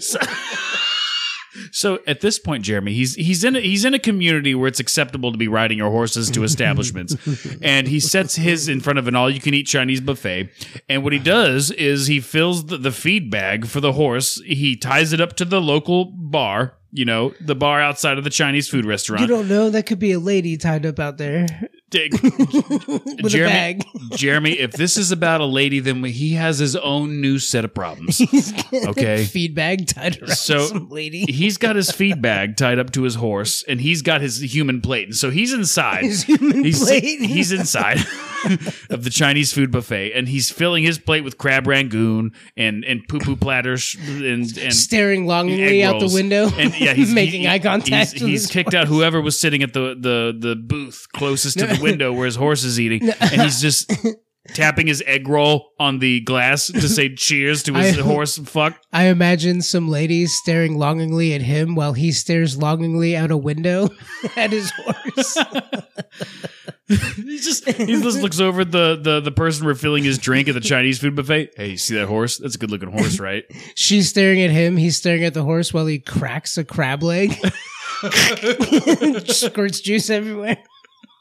A: So at this point, Jeremy, he's he's in a, he's in a community where it's acceptable to be riding your horses to establishments, and he sets his in front of an all-you-can-eat Chinese buffet. And what he does is he fills the, the feed bag for the horse. He ties it up to the local bar, you know, the bar outside of the Chinese food
B: You
A: restaurant.
B: don't know. That could be a lady tied up out there
A: Dig-
B: with
A: Jeremy-
B: a bag.
A: Jeremy, if this is about a lady, then he has his own new set of problems.
B: He's got a
A: Okay.
B: Feed bag tied around
A: So-
B: some lady.
A: He's got his feed bag tied up to his horse, and he's got his human plate. And so he's inside.
B: His human
A: he's,
B: plate.
A: he's inside of the Chinese food buffet, and he's filling his plate with crab rangoon and and poo poo platters and and
B: staring
A: egg
B: longingly out the
A: rolls.
B: window.
A: And yeah, he's
B: making
A: he-
B: eye contact.
A: He's,
B: with
A: he's
B: his
A: kicked out whoever was sitting at the the the booth closest to the window where his horse is eating, and he's just. Tapping his egg roll on the glass to say cheers to his
B: I-
A: horse. Fuck.
B: I imagine some ladies staring longingly at him while he stares longingly out a window at his horse.
A: He just he just looks over at the, the the person refilling his drink at the Chinese food buffet. Hey, you see that horse? That's a good looking horse, right?
B: She's staring at him. He's staring at the horse while he cracks a crab leg. Squirts juice everywhere.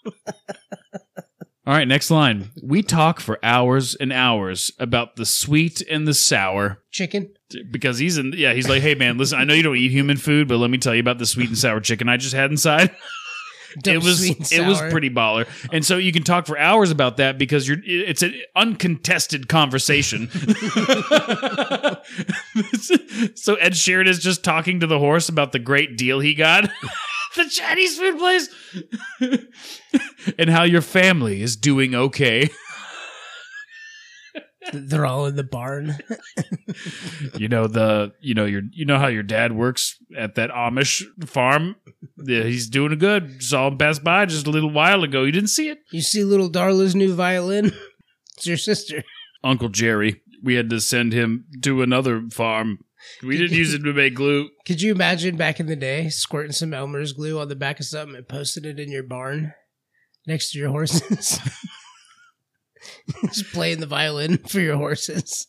A: All right, next line. We talk for hours and hours about the sweet and the sour
B: Chicken.
A: because he's in. Yeah, he's like, hey man, listen, I know you don't eat human food, but let me tell you about the sweet and sour chicken I just had inside.
B: Dope,
A: it was
B: sweet and
A: it was
B: sour.
A: pretty baller, and so you can talk for hours about that because you're. It's an uncontested conversation. so Ed Sheeran is just talking to the horse about the great deal he got. The Chinese food place, and how your family is doing okay.
B: They're all in the barn.
A: you know the you know your you know how your dad works at that Amish farm. Yeah, he's doing good. Saw him pass by just a little while ago. You didn't see it,
B: You see little Darla's new violin? It's your sister.
A: Uncle Jerry. We had to send him to another farm. We didn't use it to make glue.
B: Could you imagine back in the day squirting some Elmer's glue on the back of something and posting it in your barn next to your horses? Just playing the violin for your horses.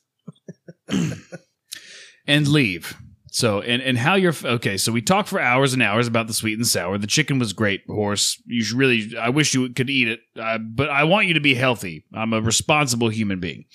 A: and leave. So and and how you're okay. So we talked for hours and hours about the sweet and sour. The chicken was great, horse. You should really. I wish you could eat it, uh, but I want you to be healthy. I'm a responsible human being,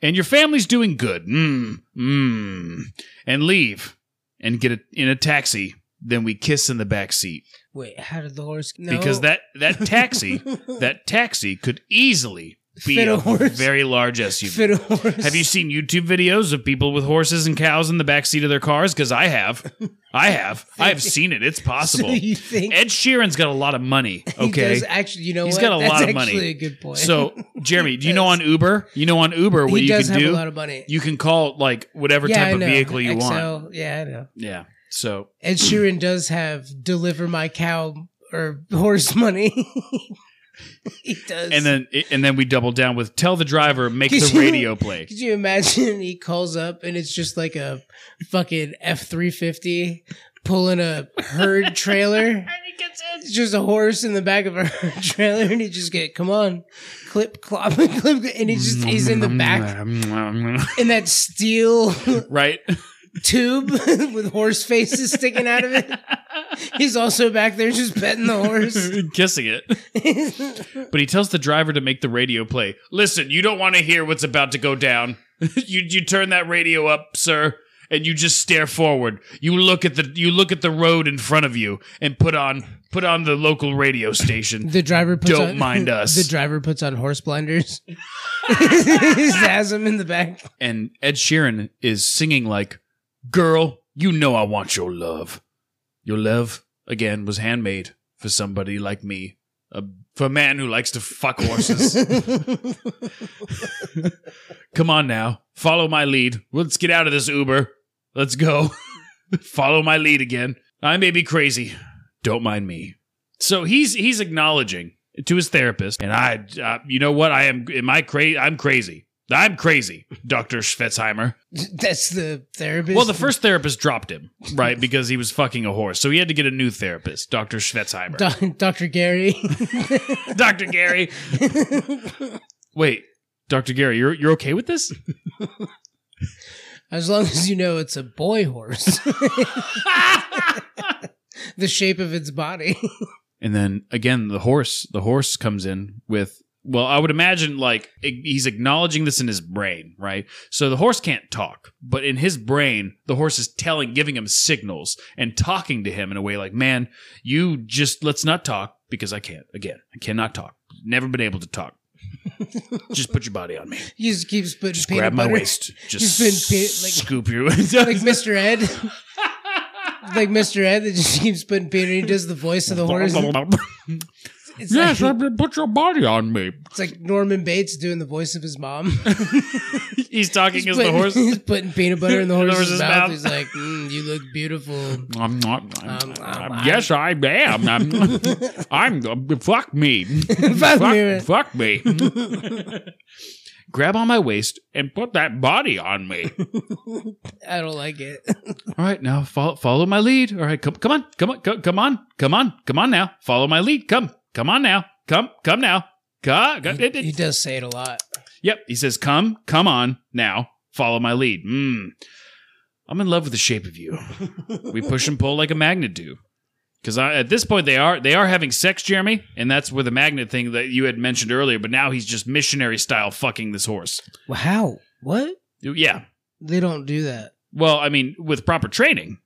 A: and your family's doing good. Mmm, mmm. And leave and get a, in a taxi. Then we kiss in the back seat
B: Wait, how did the horse? No.
A: because that that taxi that taxi could easily be
B: Fit a
A: a,
B: horse.
A: very large SUV.
B: fit a horse.
A: Have you seen YouTube videos of people with horses and cows in the backseat of their cars? Because I have. I have. I have seen it. It's possible.
B: So you think
A: Ed Sheeran's got a lot of money.
B: he
A: Okay.
B: does actually? You know
A: He's
B: what?
A: got a
B: That's
A: lot of money.
B: actually A good point.
A: so, Jeremy, do you know
B: does.
A: on Uber? You know on Uber what
B: he
A: you
B: does
A: can
B: have
A: do?
B: a lot of money.
A: you can call like whatever
B: yeah,
A: type
B: I
A: of
B: know.
A: vehicle you want.
B: XL, Yeah, I know.
A: Yeah. So
B: Ed Sheeran does have deliver my cow or horse money. he does.
A: and then and then we double down with tell the driver make
B: Could
A: the
B: you-
A: radio play.
B: Could you imagine he calls up and it's just like a fucking F three fifty pulling a herd trailer? It's just a horse in the back of a herd trailer, and he just get come on, clip clop, clip, and he just he's in the back in that steel
A: right?
B: tube with horse faces sticking out of it. He's also back there just petting the horse.
A: Kissing it. But he tells the driver to make the radio play. Listen, you don't want to hear what's about to go down. you you turn that radio up, sir, and you just stare forward. You look at the you look at the road in front of you and put on put on the local radio station.
B: The driver puts
A: Don't
B: on,
A: mind us.
B: The driver puts on horse blinders. he has him in the back.
A: and Ed Sheeran is singing like, "Girl, you know I want your love. Your love again was handmade for somebody like me, a, for a man who likes to fuck horses." Come on now. Follow my lead. Let's get out of this Uber. Let's go. Follow my lead again. I may be crazy. Don't mind me. So he's he's acknowledging to his therapist, and I, uh, you know what? I am. Am I crazy? I'm crazy. I'm crazy, Doctor Schwetzheimer.
B: That's the therapist.
A: Well, the first therapist dropped him, right, because he was fucking a horse. So he had to get a new therapist, Doctor Schwetzheimer.
B: Doc- Dr. Gary.
A: Doctor Gary. Wait, Doctor Gary, you're you're okay with this?
B: as long as you know it's a boy horse. the shape of its body.
A: And then again, the horse, the horse comes in with, well, I would imagine like ig- he's acknowledging this in his brain, right? So the horse can't talk, but in his brain, the horse is telling, giving him signals and talking to him in a way like, man, you just, let's not talk because I can't. Again, I cannot talk. Never been able to talk. just put your body on me.
B: He just keeps putting
A: Just
B: peanut
A: grab my
B: butter-
A: waist. Just,
B: Just been pe- like-
A: scoop your
B: Like Mr. Ed. like Mr. Ed that just keeps putting peanut. He does the voice of the horse. It's,
A: yes,
B: like,
A: I've been- put your body on me.
B: it's like Norman Bates doing the voice of his mom.
A: He's talking
B: He's
A: as
B: putting,
A: the horse.
B: he's putting peanut butter in the
A: In
B: horse's,
A: the horse's
B: mouth.
A: mouth.
B: He's like, mm, "You look beautiful."
A: I'm not. I'm,
B: Um,
A: I'm-
B: um,
A: yes, I am. I'm. I'm fuck me.
B: Fuck me.
A: Fuck me. Grab on my waist and put that body on me.
B: I don't like it.
A: All right, now follow, follow my lead. All right, come, come on, come on, co- come on, come on, come on now. Follow my lead. Come, come on now. Come, come now. Come,
B: he, he does say it a lot.
A: Yep. He says, Come, come on now. Follow my lead. Hmm. Mm. I'm in love with the shape of you. we push and pull like a magnet do. Because at this point they are they are having sex, Jeremy, and that's where the magnet thing that you had mentioned earlier. But now he's just missionary style fucking this horse.
B: Well, how? What?
A: Yeah.
B: They don't do that.
A: Well, I mean, with proper training,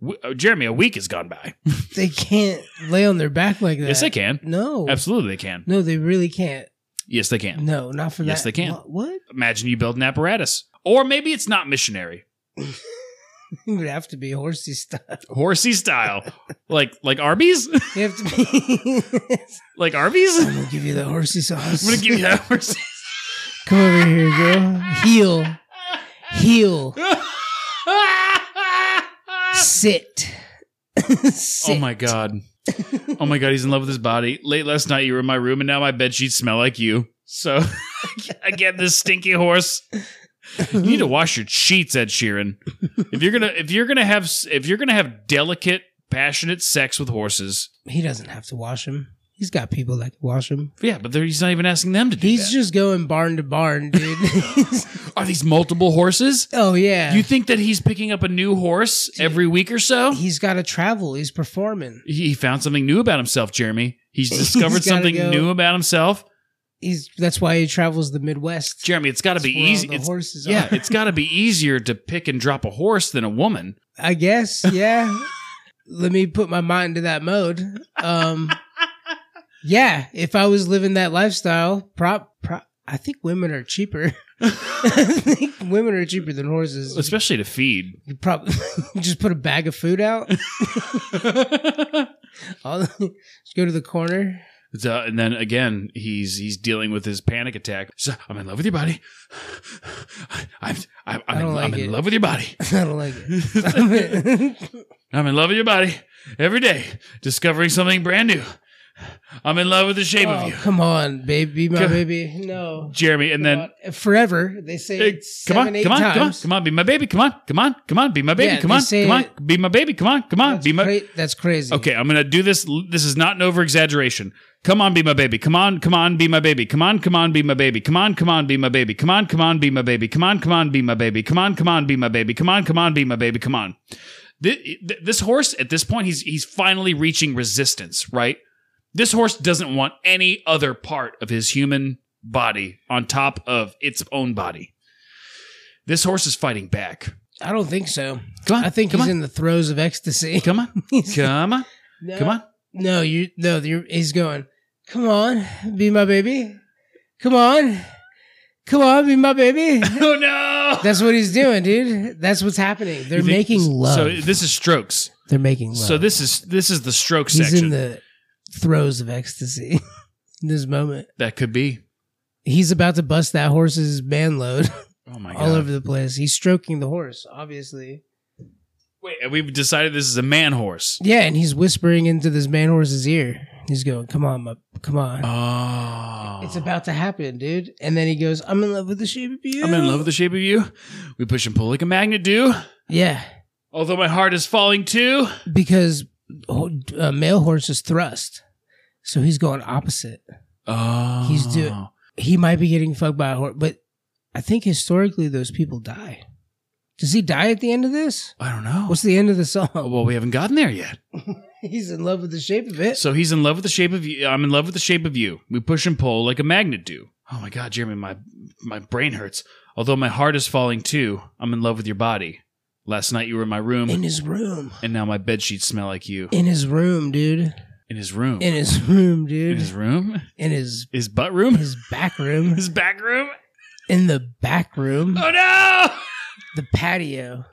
A: w- uh, Jeremy, a week has gone by.
B: They can't lay on their back like that.
A: Yes, they can.
B: No.
A: Absolutely, they can.
B: No, they really can't.
A: Yes, they can.
B: No, not for that.
A: Yes, they can.
B: Wha- What?
A: Imagine you build an apparatus, or maybe it's not missionary,
B: It would have to be horsey stuff.
A: horsey style, like like Arby's,
B: You have to be.
A: like Arby's.
B: I'm
A: I'm
B: gonna give you the horsey sauce.
A: gonna give you that horsey.
B: Come over here, girl. Heel. Heel. Sit. Sit.
A: Oh my god. Oh my god, he's in love with his body. Late last night you were in my room and now my bed sheets smell like you. So I get this stinky horse. You need to wash your sheets, Ed Sheeran. If you're gonna if you're gonna have if you're gonna have delicate, passionate sex with horses.
B: He doesn't have to wash him. He's got people that can wash him.
A: Yeah, but they're- he's not even asking them to do
B: He's
A: that.
B: just going barn to barn, dude.
A: Are these multiple horses?
B: oh yeah.
A: You think that he's picking up a new horse every week or so?
B: he's got to travel. He's performing.
A: He he found something new about himself, Jeremy. He's discovered
B: gotta
A: something
B: go.
A: new about himself.
B: He's that's why he travels the Midwest.
A: Jeremy, it's got to
B: That's
A: be
B: where all
A: easy.
B: The
A: It's,
B: horses.
A: yeah,
B: are.
A: it's got to be easier to pick and drop a horse than a woman.
B: I guess. Yeah. Let me put my mind to that mode. Um. Yeah, if I was living that lifestyle, prop, prop. I think women are cheaper. I think women are cheaper than horses.
A: Especially to feed.
B: You probably just put a bag of food out. All the, just go to the corner.
A: So- and then again, he's he's dealing with his panic attack. So, I'm in love with your body. I'm I'm,
B: I
A: I'm,
B: don't
A: in, I'm
B: like
A: in
B: it.
A: love with your body.
B: I don't like it.
A: I'm in love with your body every day, discovering something brand new. I'm in love with the shape
B: Oh,
A: of you,
B: Come on, baby, my
A: Come-
B: baby. No.
A: Jeremy. And then
B: Come on. forever they say
A: Hey,
B: it
A: come
B: seven,
A: on,
B: eight
A: come on,
B: times.
A: come on, come on, be my baby, come on, come on, come on, be my baby,
B: Yeah,
A: come
B: they
A: on,
B: say
A: come on,
B: it.
A: be my baby, come on, come on,
B: That's,
A: be my.
B: cra- that's crazy.
A: Okay, I'm gonna do this. This is not an over exaggeration. Come on, be my baby. Come on, come on, be my baby. Come on, come on, be my baby. Come on, come on, be my baby. Come on, come on, be my baby. Come on, come on, be my baby. Come on, come on, be my baby. Come on, come on, be my baby. Come on. Thi- th- This horse at this point, he's he's finally reaching resistance. Right. This horse doesn't want any other part of his human body on top of its own body. This horse is fighting back.
B: I don't think so.
A: Come on,
B: I think
A: come
B: he's
A: on,
B: in the throes of ecstasy.
A: come on,
B: He's-
A: come on,
B: no,
A: come on.
B: No, you no, you're, he's going. Come on, be my baby. Come on. Come on, be my baby.
A: Oh no!
B: That's what he's doing, dude. That's what's happening. They're
A: You think-
B: making love.
A: So this is strokes.
B: They're making love.
A: So this is this is the stroke
B: he's
A: section.
B: in the throes of ecstasy. in this moment,
A: that could be.
B: he's about to bust that horse's man load
A: Oh my god!
B: all over the place. He's stroking the horse, obviously.
A: Wait, and we've decided this is a man horse.
B: Yeah, and he's whispering into this man horse's ear. He's going, "Come on, my, come on."
A: Oh,
B: It's about to happen, dude. And then he goes, "I'm in love with the shape of you."
A: I'm in love with the shape of you. We push and pull like a magnet do.
B: Yeah,
A: Although my heart is falling too.
B: because ho- uh, male horses thrust, so he's going opposite.
A: Oh,
B: He's do- he might be getting fucked by a horse, but I think historically those people die. Does he die at the end of this?
A: I don't know.
B: What's the end of the song?
A: Oh, well, we haven't gotten there yet.
B: He's in love with the shape of it.
A: So he's in love with the shape of you. I'm in love with the shape of you. We push and pull like a magnet do. Oh my god, Jeremy, my my brain hurts. Although my heart is falling too. I'm in love with your body. Last night you were in my room.
B: In his room.
A: And now my bed sheets smell like you.
B: In his room, dude.
A: In his room.
B: In his room,
A: In
B: dude.
A: his room?
B: In his
A: His butt room?
B: his back room.
A: His back room?
B: In the back room.
A: Oh no!
B: The patio.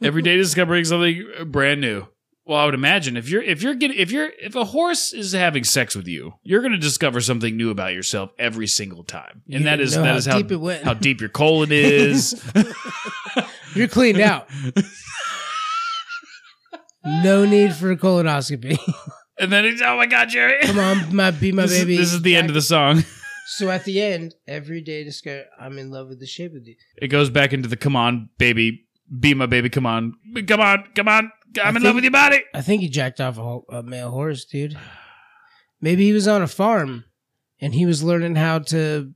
A: Every day discovering something brand new. Well, I would imagine if you're if you're getting if you're if a horse is having sex with you, you're going to discover something new about yourself every single time,
B: You
A: and that
B: didn't
A: is
B: know
A: that
B: how
A: is how
B: deep it went.
A: how deep your colon is.
B: You're cleaned out. no need for a colonoscopy.
A: and then it's oh my god, Jerry!
B: Come on, my be my
A: this,
B: baby.
A: Is, this is the end of the song.
B: So at the end, every day discover I'm in love with the shape of you.
A: It goes back into the come on, baby, be my baby, come on, come on, come on. I'm
B: I
A: in love
B: think-
A: with your body.
B: I think he jacked off a, ho- a male horse, dude. Maybe he was on a farm and he was learning how to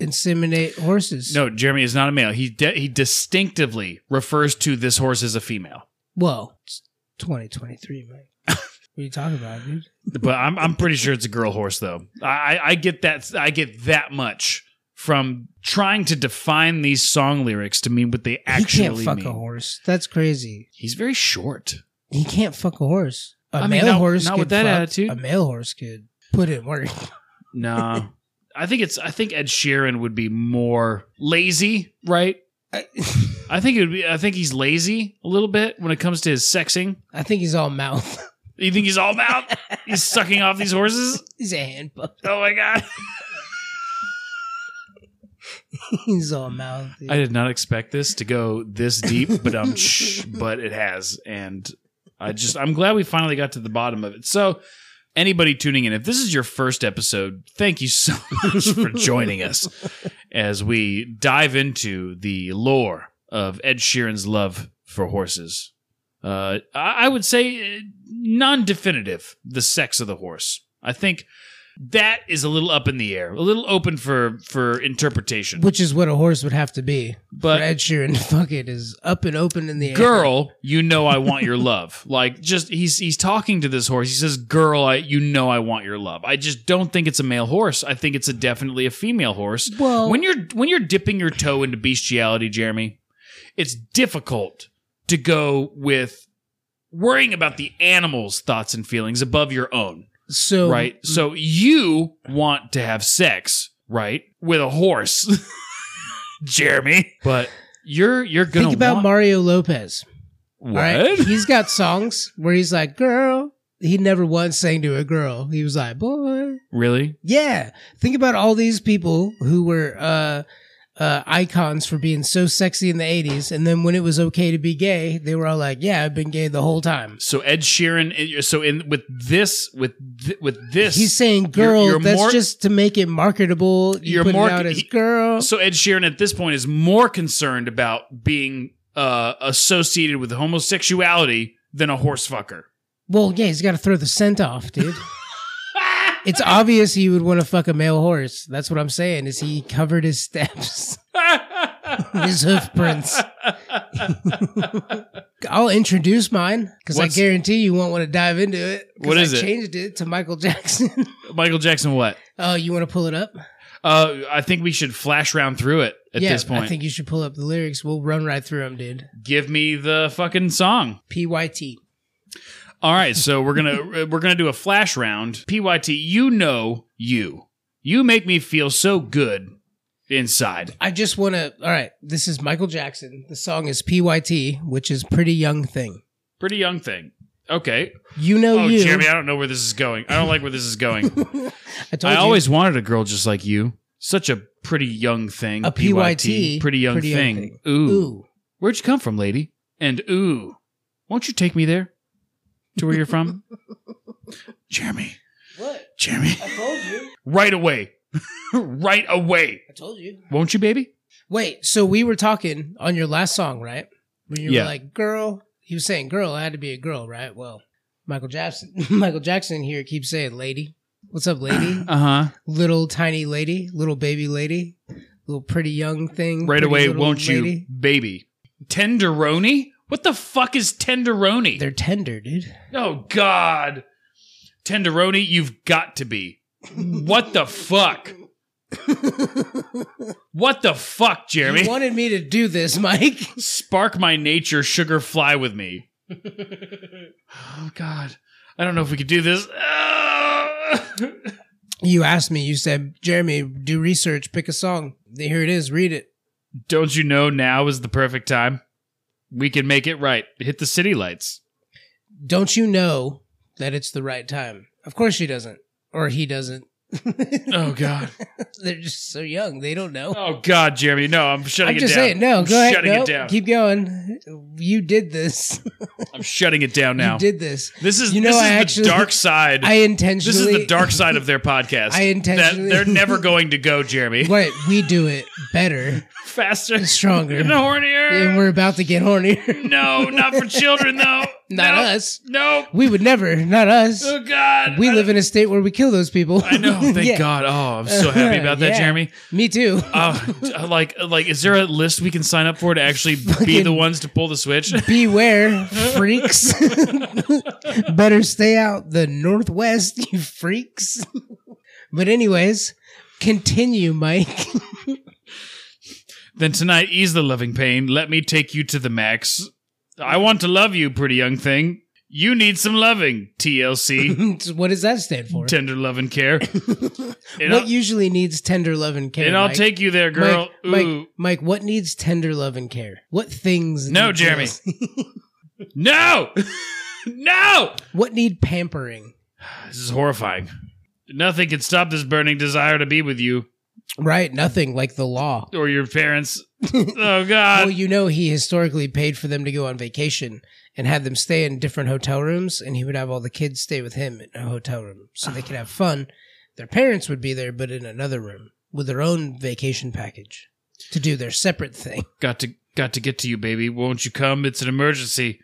B: inseminate horses.
A: No, Jeremy is not a male. He de- he distinctively refers to this horse as a female.
B: Well, it's 2023, Mike. What are you talking about, dude?
A: but I'm I'm pretty sure it's a girl horse though. I I- I get that I get that much from trying to define these song lyrics to mean what they actually
B: he can't fuck
A: mean.
B: a horse. That's crazy.
A: He's very short.
B: He can't fuck a horse. A
A: I mean,
B: male
A: not-
B: horse
A: not
B: could
A: with that
B: fuck-
A: attitude.
B: A male horse could put in work.
A: No. I think it's I think Ed Sheeran would be more lazy, right?
B: I,
A: I think it would be I think he's lazy a little bit when it comes to his sexing.
B: I think he's all mouth.
A: You think he's all about he's sucking off these horses?
B: He's a hand pup.
A: Oh my god.
B: He's all mouth. dude.
A: I did not expect this to go this deep, but um, shh, but it has, and I just I'm glad we finally got to the bottom of it. So, anybody tuning in, if this is your first episode, thank you so much for joining us as we dive into the lore of Ed Sheeran's love for horses. Uh, I I would say uh, non-definitive the sex of the horse. I think that is a little up in the air, a little open for for interpretation.
B: Which is what a horse would have to be.
A: But
B: For Ed Sheeran, fuck it, is up and open in the air.
A: girl, you know I want your love. Like just he's he's talking to this horse. He says, "Girl, I you know I want your love." I just don't think it's a male horse. I think it's a definitely a female horse.
B: Well-
A: when you're when you're dipping your toe into bestiality, Jeremy, it's difficult to go with worrying about the animal's thoughts and feelings above your own,
B: So
A: right? So you want to have sex, right, with a horse, Jeremy, but you're you're gonna
B: think about
A: want-
B: Mario Lopez.
A: what?
B: All right? He's got songs where he's like, girl. He never once sang to a girl. He was like, boy.
A: Really?
B: Yeah. Think about all these people who were uh, uh, icons for being so sexy in the 80s. And then when it was okay to be gay, they were all like, yeah, I've been gay the whole time.
A: So Ed Sheeran. So in with this with th- with this,
B: He's saying,
A: you're-
B: girl,
A: you're
B: that's
A: more-
B: just to make it marketable. You
A: You're
B: put
A: more-
B: it out as
A: he-
B: girl.
A: So Ed Sheeran at this point is more concerned about being uh, associated with homosexuality than a horse fucker.
B: well, yeah, he's got to throw the scent off, dude. it's obvious he would want to fuck a male horse. That's what I'm saying, is he covered his steps. His hoof prints. I'll introduce mine because I
A: What's-
B: guarantee you won't want to dive into it. 'cause
A: What is
B: I
A: it?
B: Changed it to Michael Jackson.
A: Michael Jackson. What?
B: oh, you want to pull it up?
A: Uh, I think we should flash round through it at
B: yeah,
A: this point.
B: I think you should pull up the lyrics. We'll run right through them, dude.
A: Give me the fucking song.
B: Pyt.
A: All right, so we're gonna we're gonna do a flash round. Pyt, you know you. You make me feel so good inside.
B: I just want to. All right, this is Michael Jackson. The song is Pyt, which is Pretty Young Thing.
A: Pretty young thing. Okay.
B: You know
A: Oh,
B: you.
A: Jeremy, I don't know where this is going. I don't like where this is going.
B: I told
A: I
B: you.
A: always wanted a girl just like you. Such a pretty young thing.
B: A
A: Pretty young
B: PYT. Pretty young
A: thing.
B: thing.
A: Ooh.
B: Ooh.
A: Where'd you come from, lady? And ooh. Won't you take me there? To where you're from? Jeremy.
B: What?
A: Jeremy.
B: I told you.
A: Right away. right away.
B: I told you.
A: Won't you, baby?
B: Wait, so we were talking on your last song, right? When you
A: Yeah.
B: were like, girl, he was saying girl, I had to be a girl, right? Well, Michael Jackson Michael Jackson here keeps saying lady. What's up, lady?
A: Uh-huh.
B: little tiny lady, little baby lady, little pretty young thing.
A: Right
B: pretty
A: away,
B: little
A: won't
B: lady.
A: you, baby? Tenderoni? What the fuck is tenderoni?
B: They're tender, dude.
A: Oh God, Tenderoni, you've got to be. What the fuck? what the fuck,
B: You
A: Jeremy?
B: wanted me to do this, Mike.
A: Spark my nature, sugar fly with me. oh God, I don't know if we could do this. Ah!
B: You asked me, you said, Jeremy, do research, pick a song. Here it is, read it.
A: don't you know now is the perfect time? We can make it right. Hit the city lights.
B: Don't you know that it's the right time? Of course she doesn't. Or he doesn't.
A: Oh God.
B: They're just so young. They don't know.
A: Oh God, Jeremy. No, I'm shutting
B: I'm
A: it
B: just
A: down.
B: saying, no,
A: I'm
B: go ahead.
A: Shutting
B: Nope,
A: it down.
B: Keep going. You did this.
A: I'm shutting it down now.
B: You did this.
A: this is
B: You know,
A: this is
B: I
A: the
B: actually-
A: dark side.
B: I intentionally.
A: This is the dark side of their podcast.
B: I intentionally-
A: That they're never going to go, Jeremy.
B: Right. We do it better
A: Faster,
B: and stronger.
A: and hornier.
B: And we're about to get hornier.
A: no, not for children though.
B: Not
A: no,
B: us.
A: No.
B: We would never. Not us.
A: Oh God.
B: We
A: I-
B: live in a state where we kill those people.
A: I know. Thank
B: Yeah.
A: God. Oh, I'm so happy about that,
B: Yeah.
A: Jeremy.
B: Me too.
A: Uh, like, like, is there a list we can sign up for to actually be the
B: Fucking-
A: ones to pull the switch?
B: Beware, freaks. Better stay out the northwest, you freaks. but anyways, continue, Mike.
A: Then tonight, ease the loving pain. Let me take you to the max. I want to love you, pretty young thing. You need some loving, TLC.
B: what does that stand for?
A: Tender love and care. And,
B: what
A: I'll,
B: usually needs tender love and care?
A: and I'll
B: Mike?
A: take you there, girl.
B: Mike,
A: Ooh.
B: Mike, Mike, what needs tender love and care? What things?
A: No,
B: need
A: Jeremy.
B: this?
A: No! no!
B: what need pampering?
A: This is horrifying. Nothing can stop this burning desire to be with you
B: Right, nothing like the law.
A: or your parents. oh, God.
B: well, you know, he historically paid for them to go on vacation and had them stay in different hotel rooms, and he would have all the kids stay with him in a hotel room so they could have fun. Their parents would be there, but in another room with their own vacation package to do their separate thing.
A: Got to got to get to you, baby. Won't you come? It's an emergency.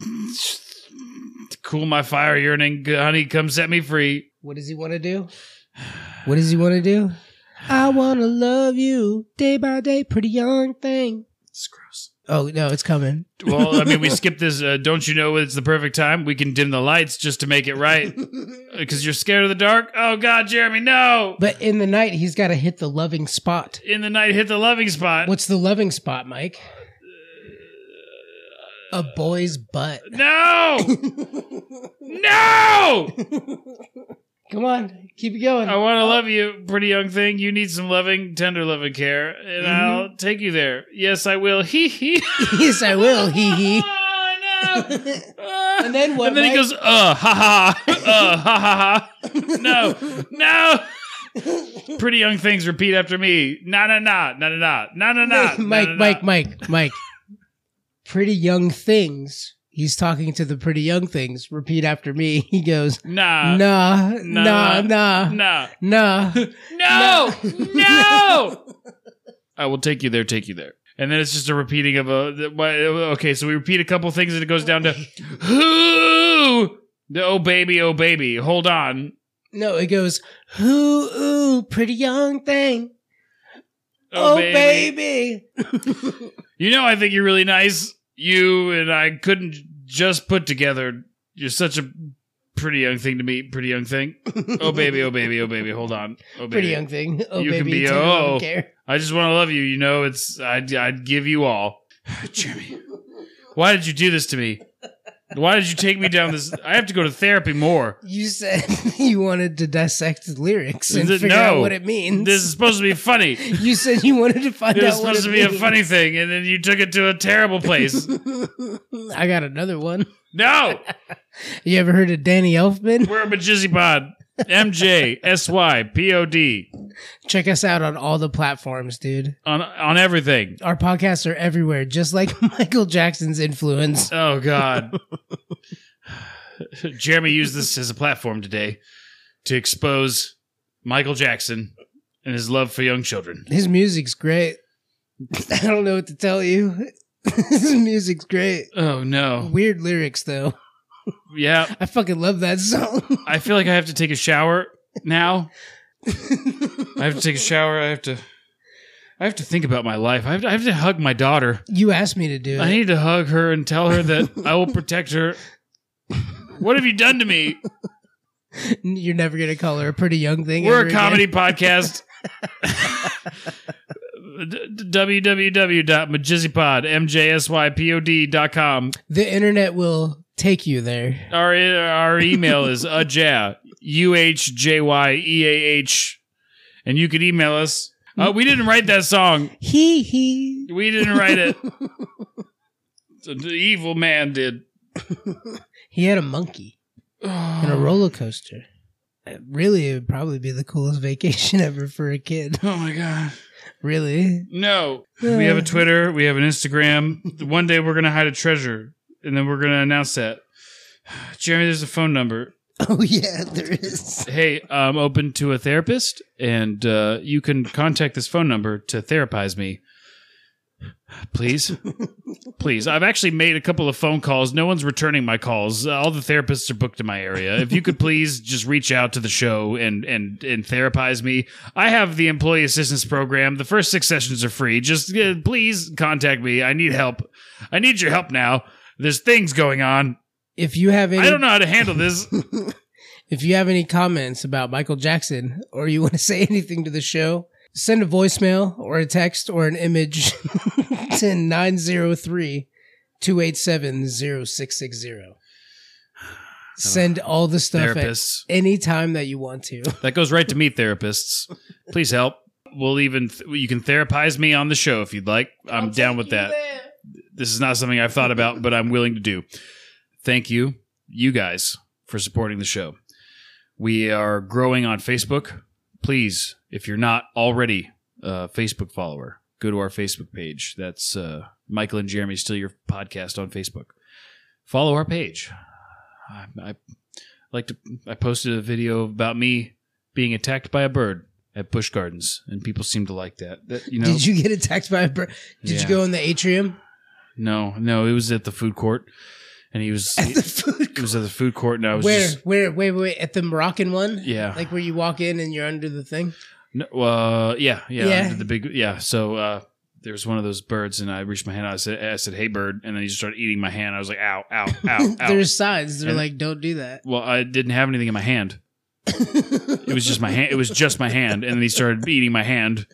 A: to cool my fire yearning, honey, come set me free.
B: What does he want to do? What does he want to do? I want to love you day by day, pretty young thing.
A: It's gross.
B: Oh, no, it's coming.
A: Well, I mean, we skipped this. Uh, don't you know it's the perfect time? We can dim the lights just to make it right. Because you're scared of the dark? Oh, God, Jeremy, no!
B: But in the night, he's got to hit the loving spot.
A: In the night, hit the loving spot.
B: What's the loving spot, Mike? A boy's butt.
A: No! no!
B: Come on, keep it going.
A: I want to love you, pretty young thing. You need some loving, tender loving care,
B: Mm-hmm.
A: and I'll take you there. Yes, I will. Hee hee.
B: yes, I will. Hee hee.
A: Oh, no.
B: And then what,
A: And then he
B: Mike?
A: goes, uh, ha ha, uh, ha ha ha. No, no. Pretty young things repeat after me. Na na na, na na na, na na na.
B: Mike, Mike,
A: na, na,
B: Mike,
A: na.
B: Mike, Mike. Pretty young things. He's talking to the pretty young things. Repeat after me. He goes,
A: Uh, Nah, no,
B: nah, nah, nah, nah,
A: nah,
B: nah.
A: no, no. I will take you there, take you there. And then it's just a repeating of a. the- why- Okay, so we repeat a couple things and it goes down to who. Oh baby, oh baby, hold on.
B: No, it goes, who, ooh, pretty young thing.
A: Oh,
B: Oh,
A: baby.
B: baby.
A: You know, I think you're really nice. You and I couldn't just put together. You're such a pretty young thing to me. Pretty young thing. Oh baby, oh baby, oh baby, hold on. Oh baby.
B: Pretty young thing. Oh,
A: You
B: baby.
A: can be-
B: tender, loving
A: oh.
B: care.
A: I just want to love you. You know, it's I'd I'd give you all. Jeremy, why did you do this to me? Why did you take me down this? I have to go to therapy more.
B: You said you wanted to dissect the lyrics and
A: Th-
B: figure
A: no.
B: out what it means.
A: This is supposed to be funny.
B: you said you wanted to find
A: It was
B: out what
A: supposed
B: it
A: to be a
B: means.
A: funny thing, and then you took it to a terrible place.
B: I got another one.
A: No,
B: You ever heard of Danny Elfman?
A: we're a Majizzy Pod. M J S Y P O D
B: Check us out on all the platforms, dude.
A: on on everything.
B: Our podcasts are everywhere, just like Michael Jackson's influence.
A: Oh God, Jeremy used this as a platform today to expose Michael Jackson and his love for young children.
B: His music's great. I don't know what to tell you. His music's great.
A: Oh no.
B: Weird lyrics, though.
A: Yeah.
B: I fucking love that song.
A: I feel like I have to take a shower now. I have to take a shower. I have to I have to think about my life. I have to, I have to hug my daughter.
B: you asked me to do
A: I
B: it.
A: need to hug her and tell her that I will protect her. What have you done to me?
B: You're never gonna call her a pretty young thing.
A: We're
B: ever
A: a
B: again.
A: comedy podcast. www.majizzypod.mjsypod.com.
B: The internet will take you there.
A: Our our email is ujaw u h j y e a h, and you can email us. Uh, we didn't write that song.
B: Hee hee.
A: We didn't write it. The the evil man did.
B: He had a monkey and a roller coaster. Uh, Really, it would probably be the coolest vacation ever for a kid.
A: Oh my god!
B: Really?
A: No, we have a Twitter. We have an Instagram. One day we're gonna hide a treasure, and then we're gonna announce that. Jeremy, there's a phone number.
B: Oh yeah, there is.
A: Hey, I'm open to a therapist, and uh, you can contact this phone number to therapize me. Please, please. I've actually made a couple of phone calls. No one's returning my calls. All the therapists are booked in my area. If you could please just reach out to the show and and and therapize me. I have the employee assistance program. The first six sessions are free. Just uh, please contact me. I need help. I need your help now. There's things going on.
B: If you have any,
A: I don't know how to handle this.
B: If you have any comments about Michael Jackson or you want to say anything to the show, send a voicemail or a text or an image to 903 287 0660. Send all the stuff at
A: therapists.
B: any time that you want to.
A: That goes right to me, therapists. Please help. We'll even you can therapize me on the show if you'd like. I'm down with that. This is not something I've thought about, but I'm willing to do. Thank you, you guys, for supporting the show. We are growing on Facebook. Please, if you're not already a Facebook follower, go to our Facebook page. That's uh, Michael and Jeremy Still Your Podcast on Facebook. Follow our page. I, I like to. I posted a video about me being attacked by a bird at Bush Gardens, and people seem to like that. That you know,
B: Did you get attacked by a bird? Did
A: Yeah.
B: you go in the atrium?
A: no, no, it was at the food court, and he was
B: At the food
A: it was at the food court, and I was
B: where,
A: just
B: where, wait, wait, wait, at the Moroccan one?
A: yeah,
B: Like where you walk in and you're under the thing?
A: No, uh, yeah, yeah,
B: Yeah.
A: under the big, yeah. So uh, there was one of those birds, and I reached my hand. out. I said, I said, "Hey, bird," and then he just started eating my hand. I was like, "Ow, ow, ow, ow."
B: There's signs. They're
A: And-
B: like, don't do that.
A: well, I didn't have anything in my hand. It was just my hand. It was just my hand, and then he started eating my hand,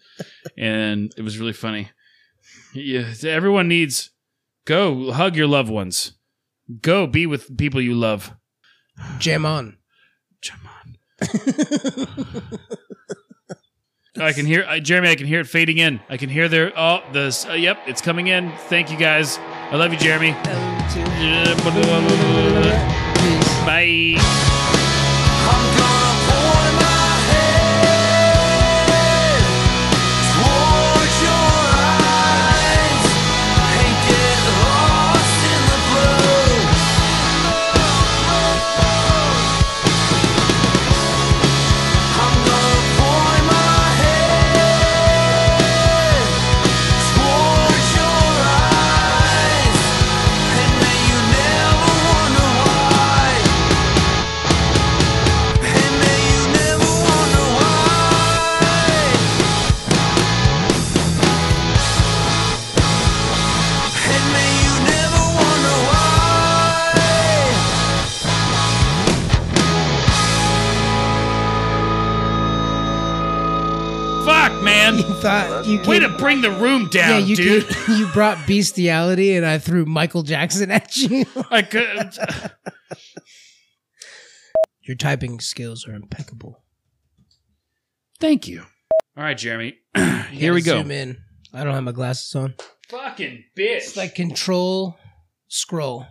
A: and it was really funny. Yeah, everyone needs go hug your loved ones. Go be with people you love.
B: Jam on.
A: Come on. I can hear I, Jeremy. I can hear it fading in. I can hear their oh the uh, yep. It's coming in. Thank you guys. I love you, Jeremy. Bye.
G: I'm gonna pour in my head towards your eyes and get lost in the blue. I'm gonna pour in my head towards your eyes, and may you never wonder why. And may you never wonder why. And may you never wonder why.
A: Fuck, man.
B: You thought you
A: Way to
B: could-
A: bring the room
B: yeah,
A: down,
B: you
A: dude.
B: could- you brought bestiality, and I threw Michael Jackson at you.
A: I could.
B: Your typing skills are impeccable.
A: Thank you. All right, Jeremy.
B: You
A: Here we
B: gotta
A: go.
B: Zoom in. I don't have my glasses on.
A: Fucking bitch.
B: It's like control scroll.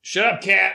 A: Shut up, cat.